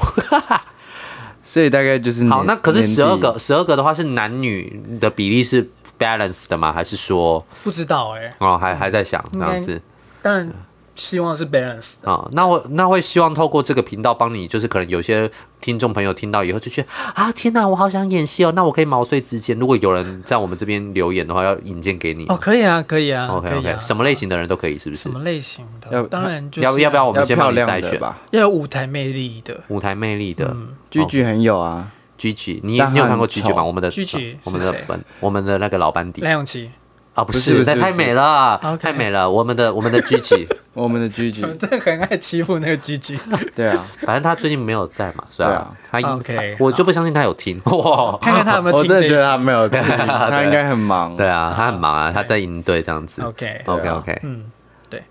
Speaker 3: 所以大概就是
Speaker 1: 好，
Speaker 3: 年
Speaker 1: 那可是
Speaker 3: 年底
Speaker 1: 十二个，十二个的话是男女的比例是 balance 的吗？还是说
Speaker 2: 不知道哎，
Speaker 1: 哦还还在想这
Speaker 2: 应该
Speaker 1: 样子
Speaker 2: 当然希望是 balance 的，
Speaker 1: 啊、那我那会希望透过这个频道帮你，就是可能有些听众朋友听到以后就觉得啊天哪，我好想演戏哦，那我可以毛遂自荐。如果有人在我们这边留言的话，要引荐给你。
Speaker 2: 哦，可以啊，可以啊
Speaker 1: OK
Speaker 2: 可以
Speaker 1: OK，
Speaker 2: 啊，嗯
Speaker 1: 什么类型的人都可以，是不是
Speaker 2: 什？么类型的
Speaker 3: 要？
Speaker 2: 当然就是
Speaker 1: 要要不要嗯我
Speaker 3: 要
Speaker 1: 们先
Speaker 3: 漂
Speaker 1: 帮你
Speaker 3: 亮
Speaker 1: 筛
Speaker 3: 的
Speaker 1: 选？
Speaker 3: 吧
Speaker 2: 要有舞台魅力的
Speaker 1: 舞台魅力的
Speaker 3: 居
Speaker 1: 哦
Speaker 3: 居很有啊，
Speaker 1: G G，你
Speaker 3: 但他
Speaker 1: 你有看过
Speaker 3: 很
Speaker 1: G
Speaker 3: 丑
Speaker 1: G 吗？我们的
Speaker 2: Gigi
Speaker 1: 我们的
Speaker 2: 是谁
Speaker 1: 本我们的那个老班底
Speaker 2: 梁咏琪，
Speaker 1: 啊，不
Speaker 3: 不是不
Speaker 1: 是，
Speaker 3: 是
Speaker 1: 那太
Speaker 3: 不是
Speaker 1: 美了，
Speaker 2: OK
Speaker 1: 太美了。我们的我们的 G G，
Speaker 3: 我们的居居
Speaker 1: 嗯
Speaker 2: 我，们真的很爱欺负那个 G G。
Speaker 3: 对啊，
Speaker 1: 反正他最近没有在嘛，是
Speaker 3: 对
Speaker 1: 吧
Speaker 3: 啊？
Speaker 1: 他应
Speaker 2: OK，
Speaker 1: 我就不相信他有听哇。
Speaker 2: 看看他有没有
Speaker 3: 我
Speaker 2: 听
Speaker 3: 真
Speaker 2: 这
Speaker 3: 的
Speaker 2: 一
Speaker 3: 觉得他
Speaker 2: 集。
Speaker 3: 没有听，他应该很忙，
Speaker 1: 对啊，他很忙啊，他在应对这样子。
Speaker 2: OK，
Speaker 1: OK
Speaker 3: 对啊
Speaker 1: OK，
Speaker 2: 嗯，对，啊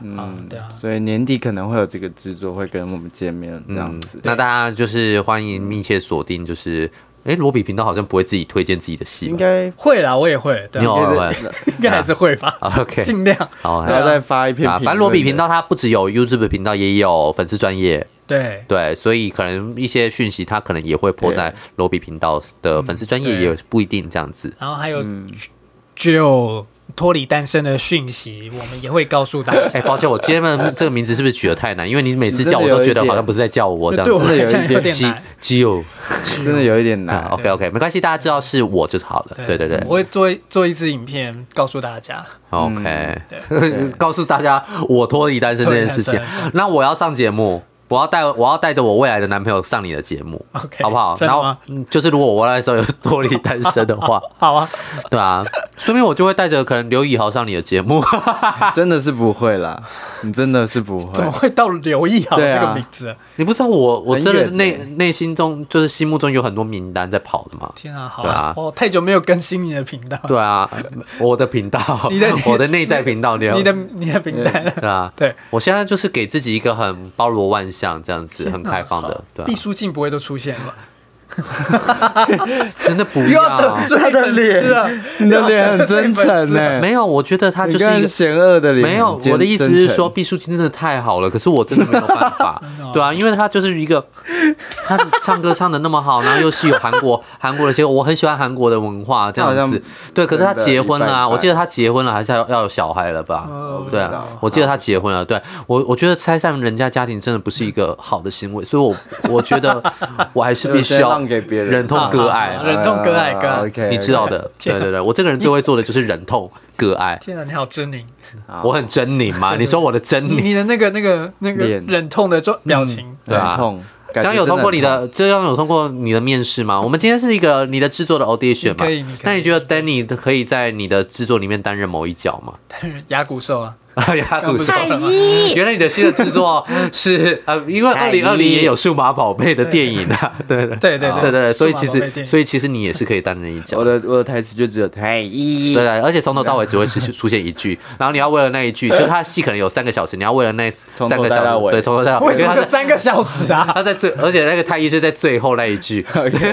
Speaker 3: 嗯
Speaker 2: 对啊
Speaker 3: 所以年底可能会有这个制作会跟我们见面这样
Speaker 1: 嗯
Speaker 3: 子，，
Speaker 1: 那大家就是欢迎密切锁定，就是哎，罗比频道好像不会自己推荐自己的戏
Speaker 3: 应
Speaker 1: 吧，
Speaker 3: 该
Speaker 2: 会啦，我也会，对
Speaker 1: 你有
Speaker 2: 啊，
Speaker 1: 偶
Speaker 3: 应
Speaker 1: 尔
Speaker 3: 该
Speaker 1: 会
Speaker 3: 是
Speaker 2: 应该还是会吧，
Speaker 1: 啊 OK，
Speaker 2: 尽量。
Speaker 1: 好，
Speaker 3: 然后再发一篇
Speaker 1: 啊，
Speaker 3: 评论的，
Speaker 1: 反正罗比频道它不只有 YouTube 频道，也有粉丝专业，
Speaker 2: 对，
Speaker 1: 对，所以可能一些讯息它可能也会播在罗比频道的粉丝专业，
Speaker 2: 对
Speaker 1: 也不一定这样子。
Speaker 2: 然后还有
Speaker 1: 嗯
Speaker 2: 只有脱离单身的讯息，我们也会告诉大
Speaker 1: 哎、
Speaker 2: 家。
Speaker 1: 抱歉，我今天的这个名字是不是取得太难？因为你每次叫我
Speaker 3: 你
Speaker 1: 都
Speaker 3: 真的有一
Speaker 1: 觉得
Speaker 3: 点
Speaker 1: 好像不是在叫哦我这样
Speaker 2: 对我
Speaker 1: 子。
Speaker 2: 来讲有点
Speaker 1: 基
Speaker 2: 难，
Speaker 1: 基友
Speaker 3: 真的哎有一点
Speaker 1: 啊
Speaker 3: 难，
Speaker 1: ，OK OK，没关系，大家知道是我就好了。对对对
Speaker 2: 我会做做一支影片告诉大家。
Speaker 1: ，OK，告 诉大家我脱离单身这件事情
Speaker 2: 脱离。
Speaker 1: 那我要上节目，我要带我要带着我未来的男朋友上你的节目
Speaker 2: OK，
Speaker 1: 好不好？
Speaker 2: 真
Speaker 1: 然
Speaker 2: 的
Speaker 1: 后
Speaker 2: 吗
Speaker 1: 嗯就是如果我那时候有脱离单身的 话，
Speaker 2: 好啊，
Speaker 1: 对啊，说明我就会带着可能刘以豪上你的节目。
Speaker 3: 真的是不会啦，你真的是不
Speaker 2: 怎么
Speaker 3: 会，
Speaker 2: 会到刘毅豪
Speaker 3: 对
Speaker 2: 这
Speaker 3: 啊
Speaker 2: 个名字？
Speaker 1: 你不知道我我
Speaker 3: 很
Speaker 1: 真的
Speaker 3: 远
Speaker 1: 是内
Speaker 3: 欸
Speaker 1: 内心中就是心目中有很多名单在跑的嘛。
Speaker 2: 天啊，好
Speaker 1: 对啊
Speaker 2: 哦，太久没有更新你的频道，
Speaker 1: 对啊，我的频道，
Speaker 2: 你的你
Speaker 1: 我的内在频道，
Speaker 2: 你的你的名单
Speaker 1: 啊 对啊，
Speaker 2: 对，
Speaker 1: 我现在就是给自己一个很包罗万象这样子，很开放的，对啊
Speaker 2: 毕，书尽不会都出现了吧？
Speaker 1: 真的不
Speaker 2: 又要得
Speaker 1: 要。
Speaker 2: 罪粉丝 啊了，
Speaker 1: 啊
Speaker 3: 你的脸很真诚呢，
Speaker 1: 没有，我觉得他就
Speaker 3: 你
Speaker 1: 是
Speaker 3: 刚
Speaker 1: 一
Speaker 3: 刚
Speaker 1: 个
Speaker 3: 险恶的脸，
Speaker 1: 没有，
Speaker 3: 真
Speaker 1: 我的意思是
Speaker 3: 真诚 哦
Speaker 1: 说，毕书尽真的太好了，可是我真的没有办法，对啊，因为他就是一个他唱歌唱的那么好，然后又是有韩国韩国的一些，我很喜欢韩国的文化这
Speaker 3: 他
Speaker 1: 样
Speaker 3: 好
Speaker 1: 子
Speaker 3: 像。
Speaker 1: 对，可是他
Speaker 3: 真的
Speaker 1: 结婚了
Speaker 3: 一半
Speaker 1: 啊，
Speaker 3: 一半
Speaker 1: 我记得他结婚了，还是要要有小孩了吧？
Speaker 2: 哦
Speaker 1: 对
Speaker 3: 我知
Speaker 1: 啊
Speaker 3: 道，
Speaker 1: 我记得他结婚了。对我，我觉得拆散人家家庭真的不是一个好的行为，所以我我觉 得我还是必须
Speaker 3: 就
Speaker 1: 要
Speaker 3: 先让给别人啊
Speaker 1: 忍痛割爱
Speaker 2: 好好好。哎忍痛割爱割爱
Speaker 3: OK，
Speaker 1: 你知道的，对对对，我这个人最会做的就是忍痛割 爱。
Speaker 2: 天哪，啊你好狰狞！
Speaker 1: 我很狰狞嘛，你说我的狰
Speaker 2: 你
Speaker 1: 狞，
Speaker 2: 你的那个那个那个
Speaker 3: 脸
Speaker 2: 忍痛的状表情，
Speaker 1: 对啊
Speaker 3: 痛。
Speaker 1: 这样有通过你的，这样有通过你的面试吗？我们今天是一个你的制作的 audition
Speaker 2: 可以你
Speaker 1: 嘛
Speaker 2: 可以？
Speaker 1: 那你觉得 Danny 可以在你的制作里面担任某一角吗？
Speaker 2: 牙骨兽啊，
Speaker 1: 哎呀，
Speaker 2: 刚
Speaker 1: 不
Speaker 2: 不是
Speaker 1: 是。
Speaker 2: 说了吗？
Speaker 1: 原来你的新的制作是呃，因为二零二零也有数码宝贝的电影啊，对对
Speaker 2: 对对对
Speaker 1: 对对，
Speaker 2: 数
Speaker 1: 所
Speaker 2: 码
Speaker 1: 以其
Speaker 2: 宝贝电
Speaker 1: 实
Speaker 2: 影
Speaker 1: 所以其实你也是可以担任一角
Speaker 3: 我。的我的台词就只有太医，
Speaker 1: 对，啊对，而且从头到尾只会出出现一 句，然后你要为了那一 句，就他的戏可能有三个小时，你要为了那三
Speaker 3: 从
Speaker 1: 个
Speaker 3: 头带到
Speaker 1: 小时，
Speaker 3: 尾
Speaker 1: 对，从头到尾，
Speaker 2: 为
Speaker 1: 因
Speaker 2: 什
Speaker 1: 为
Speaker 2: 么
Speaker 1: 他
Speaker 2: 有
Speaker 1: 在
Speaker 2: 三个小时啊？
Speaker 1: 他在最，而且那个太医是在最后那一句，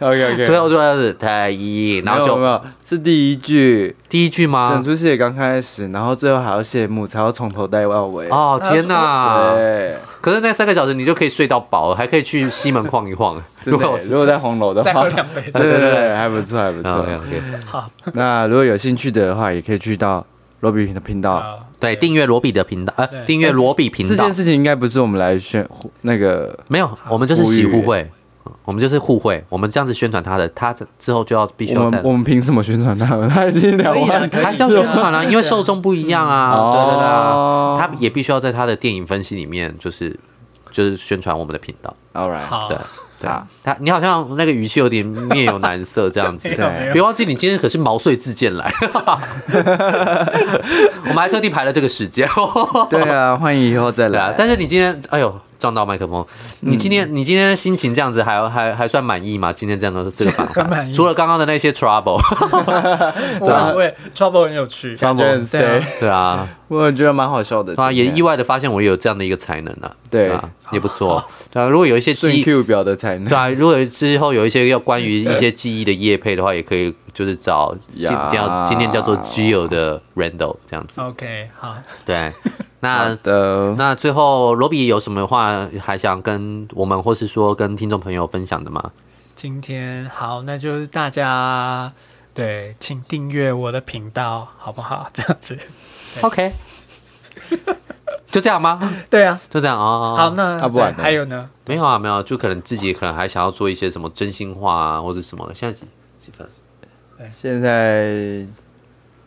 Speaker 3: OK OK，
Speaker 1: 最后就是太医，啊然后
Speaker 3: 啊没有没
Speaker 1: 就啊
Speaker 3: 有是第一句，
Speaker 1: 第一句吗
Speaker 3: 整？出戏也刚开始，然后最后还要谢幕，才要从头带到尾。
Speaker 1: 哦天哪！
Speaker 3: 对，
Speaker 1: 可是那三个小时你就可以睡到饱，还可以去西门晃一晃。
Speaker 3: 真
Speaker 1: 如
Speaker 3: 的
Speaker 1: 果我
Speaker 3: 如果在红楼的
Speaker 2: 再
Speaker 3: 话
Speaker 2: 喝，两杯
Speaker 3: 对对对，还不错还不错。
Speaker 1: OK，
Speaker 2: 好，
Speaker 3: 那如果有兴趣的话，也可以去到罗比平的频道。
Speaker 2: 好
Speaker 1: 对，订阅罗比的频道，呃，
Speaker 2: 对
Speaker 1: 订阅罗比频
Speaker 3: 这
Speaker 1: 道
Speaker 3: 件。事情应该不是我们来宣那个，
Speaker 1: 没有，我们就是喜
Speaker 3: 呼吁
Speaker 1: 互惠，
Speaker 3: 哦
Speaker 1: 我们就是互惠，我们这样子宣传他的，他之后就要必须
Speaker 3: 我
Speaker 1: 要在
Speaker 3: 们我们凭什么宣传他们？ 他已经两万
Speaker 2: 可以
Speaker 1: 还是要宣传 啊，因为受众不一样啊，
Speaker 3: 嗯
Speaker 1: 对对对啊
Speaker 3: 哦，
Speaker 1: 他也必须要在他的电影分析里面，就是就是宣传我们的频道，
Speaker 3: ，All right，啊
Speaker 2: 好
Speaker 1: 对。对
Speaker 3: 好，
Speaker 1: 他你好像那个语气有点面有难色这样子，
Speaker 2: 没有没有
Speaker 1: 别忘记你今天可是毛遂自荐来， 我们还特地排了这个时间，
Speaker 3: 对啊，欢迎以后再
Speaker 1: 对啊
Speaker 3: 来。，
Speaker 1: 但是你今天，哎呦，撞到麦克风，你今天你今天心情这样子还，还还算满意吗？今天这样的这个 反
Speaker 2: 很满
Speaker 1: 派，
Speaker 2: 意
Speaker 1: 除了刚刚的那些 trouble，
Speaker 2: 我很会 trouble 很有趣，
Speaker 3: 感觉很
Speaker 2: 对啊
Speaker 3: C，
Speaker 1: 对啊，
Speaker 3: 我觉得蛮好笑的。
Speaker 1: 对啊，也
Speaker 3: 今天
Speaker 1: 意外的发现我也有这样的一个才能啊，
Speaker 3: 对
Speaker 1: 啊，也不错，对啊，如果有一些
Speaker 3: 顺
Speaker 1: 记忆，
Speaker 3: Q 表的才能
Speaker 1: 对。啊，如果之后有一些要关于一些记忆的业配的话，也可以就是找今
Speaker 3: 呀
Speaker 1: 叫今天叫做 Gio 的 Randall 这样子，
Speaker 2: OK，好，
Speaker 1: 对，
Speaker 3: 啊
Speaker 1: 那。
Speaker 3: 的，
Speaker 1: 那最后，罗比有什么话还想跟我们，或是说跟听众朋友分享的吗？
Speaker 2: 今天好，那就是大家对，请订阅我的频道，好不好？这样子，
Speaker 1: OK，就这样吗？
Speaker 2: 对啊，
Speaker 1: 就这样哦。
Speaker 2: 好，那
Speaker 3: 啊不然呢
Speaker 2: 对还有呢？
Speaker 1: 没有啊，没有啊，就可能自己可能还想要做一些什么真心话啊，或者什么。现在几几分？
Speaker 3: 现在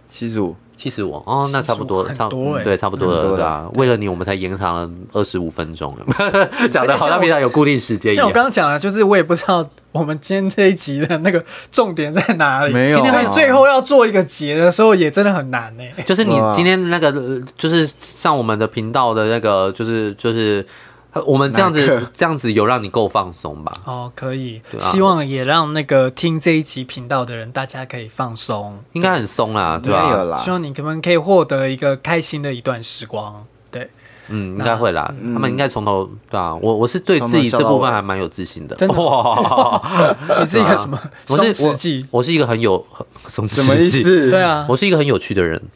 Speaker 3: 七十五，
Speaker 1: 七十五哦，那差不多，
Speaker 2: 75
Speaker 1: 差
Speaker 2: 很多欸
Speaker 1: 对，差不多
Speaker 3: 嗯很
Speaker 1: 了，
Speaker 3: 多
Speaker 1: 对
Speaker 3: 了
Speaker 1: 啊。为了你，我们才延长了二十五分钟，讲的好像平常有固定时间一
Speaker 2: 像
Speaker 1: 样
Speaker 2: 我。刚刚讲的，就是我也不知道我们今天这一集的那个重点在哪里，
Speaker 3: 没有
Speaker 2: 所以最后要做一个结的时候，也真的很难呢、
Speaker 1: 就是你
Speaker 3: 哇
Speaker 1: 今天那个，呃就是上我们的频道的那个，就是就是。呃我们这样
Speaker 3: 哪
Speaker 1: 子
Speaker 3: 个
Speaker 1: 这样子有让你够放松吧？
Speaker 2: 哦，可以，
Speaker 1: 对啊
Speaker 2: 希望也让那个听这一集频道的人，大家可以放松。
Speaker 1: 应该很松啦，对
Speaker 3: 没有
Speaker 1: 吧？
Speaker 3: 啦
Speaker 2: 希。望你可能可以获得一个开心的一段时光。 对，
Speaker 1: 嗯，应该会啦。他们应该从头对啊，我我是对自己这
Speaker 3: 从头笑到
Speaker 1: 部分
Speaker 3: 尾
Speaker 1: 还蛮有自信的。
Speaker 2: 真的
Speaker 1: 哇，
Speaker 2: 你是一个什么
Speaker 1: 啊我
Speaker 2: 松
Speaker 1: 是
Speaker 2: 弛剂？
Speaker 1: 我是一个很有很什么
Speaker 3: 什么意？思？
Speaker 2: 对，啊，
Speaker 1: 我是一个很有趣的人，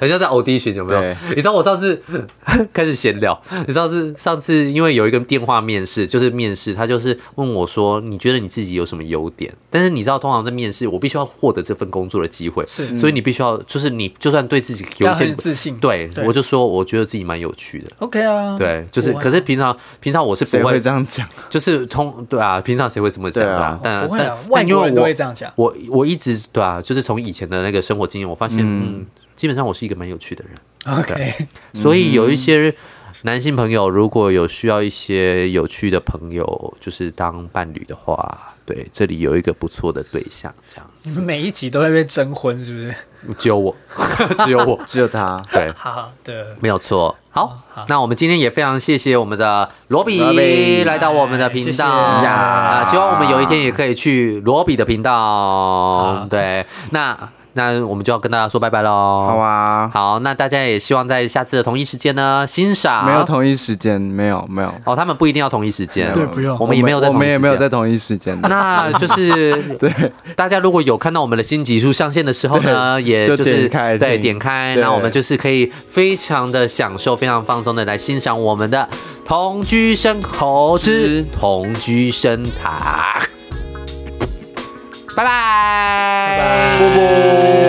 Speaker 1: 很像在 audition 有没有
Speaker 3: 对？
Speaker 1: 你知道我上次 开始闲聊，你知道是上次因为有一个电话面试，就是面试，他就是问我说你觉得你自己有什么优点？但是你知道，通常在面试，我必须要获得这份工作的机会，
Speaker 2: 是
Speaker 1: 所以你必须要就是你就算对自己有
Speaker 2: 要
Speaker 1: 一
Speaker 2: 很
Speaker 1: 些
Speaker 2: 有自信。
Speaker 1: 对，
Speaker 2: 对
Speaker 1: 我就说我觉得自己蛮有趣的。
Speaker 2: OK 啊，
Speaker 1: 对，就是，
Speaker 2: 我
Speaker 1: 可是平常平常我是
Speaker 3: 嗯谁
Speaker 1: 不会
Speaker 3: 会这样讲？
Speaker 1: 就是通对啊，平常谁会这么讲
Speaker 3: 对
Speaker 1: 啊
Speaker 3: 啊？
Speaker 1: 但
Speaker 2: 不会啊
Speaker 1: 但，
Speaker 2: 外
Speaker 1: 但因
Speaker 2: 国
Speaker 1: 为
Speaker 2: 人都
Speaker 1: 我
Speaker 2: 会这样讲。
Speaker 1: 我我一直对啊，就是从以前的那个生活经验，我发现嗯基本上我是一个蛮有趣的人，
Speaker 2: OK，
Speaker 1: 所以有一些男性朋友如果有需要一些有趣的朋友，就是当伴侣的话，对，这里有一个不错的对象，这样
Speaker 2: 你们每一集都在被征婚，是不是？
Speaker 1: 只有我，只有我，
Speaker 3: 只有他。
Speaker 1: 对。
Speaker 2: 好好的，
Speaker 1: 没有错，好
Speaker 2: 好，
Speaker 1: 那我们今天也非常谢谢我们的罗
Speaker 3: 罗
Speaker 1: 比
Speaker 3: 比
Speaker 1: 来到我们的频
Speaker 2: 谢谢
Speaker 1: 道，
Speaker 2: 呀
Speaker 1: 啊，希望我们有一天也可以去罗比的频道。对，那那我们就要跟大家说拜拜喽。
Speaker 3: 好啊，
Speaker 1: 好，那大家也希望在下次的同一时间呢，欣赏
Speaker 3: 没有同一时间，没有没有，
Speaker 1: 哦，他们不一定要同一时间，
Speaker 2: 对不用
Speaker 1: 我们也没有在
Speaker 3: 我
Speaker 1: 同一时
Speaker 3: 们
Speaker 1: 间
Speaker 3: 也没有在。同一时间的。
Speaker 1: 那就是 对大家如果有看到我们的新集数上线的时候呢，也
Speaker 3: 就
Speaker 1: 就是
Speaker 3: 点开
Speaker 1: 对
Speaker 3: 听
Speaker 1: 点开，
Speaker 3: 对
Speaker 1: 那我们就是可以非常的享受、非常放松的来欣赏我们的同居生猴之同居生塔。拜拜，
Speaker 4: 拜
Speaker 2: 波波。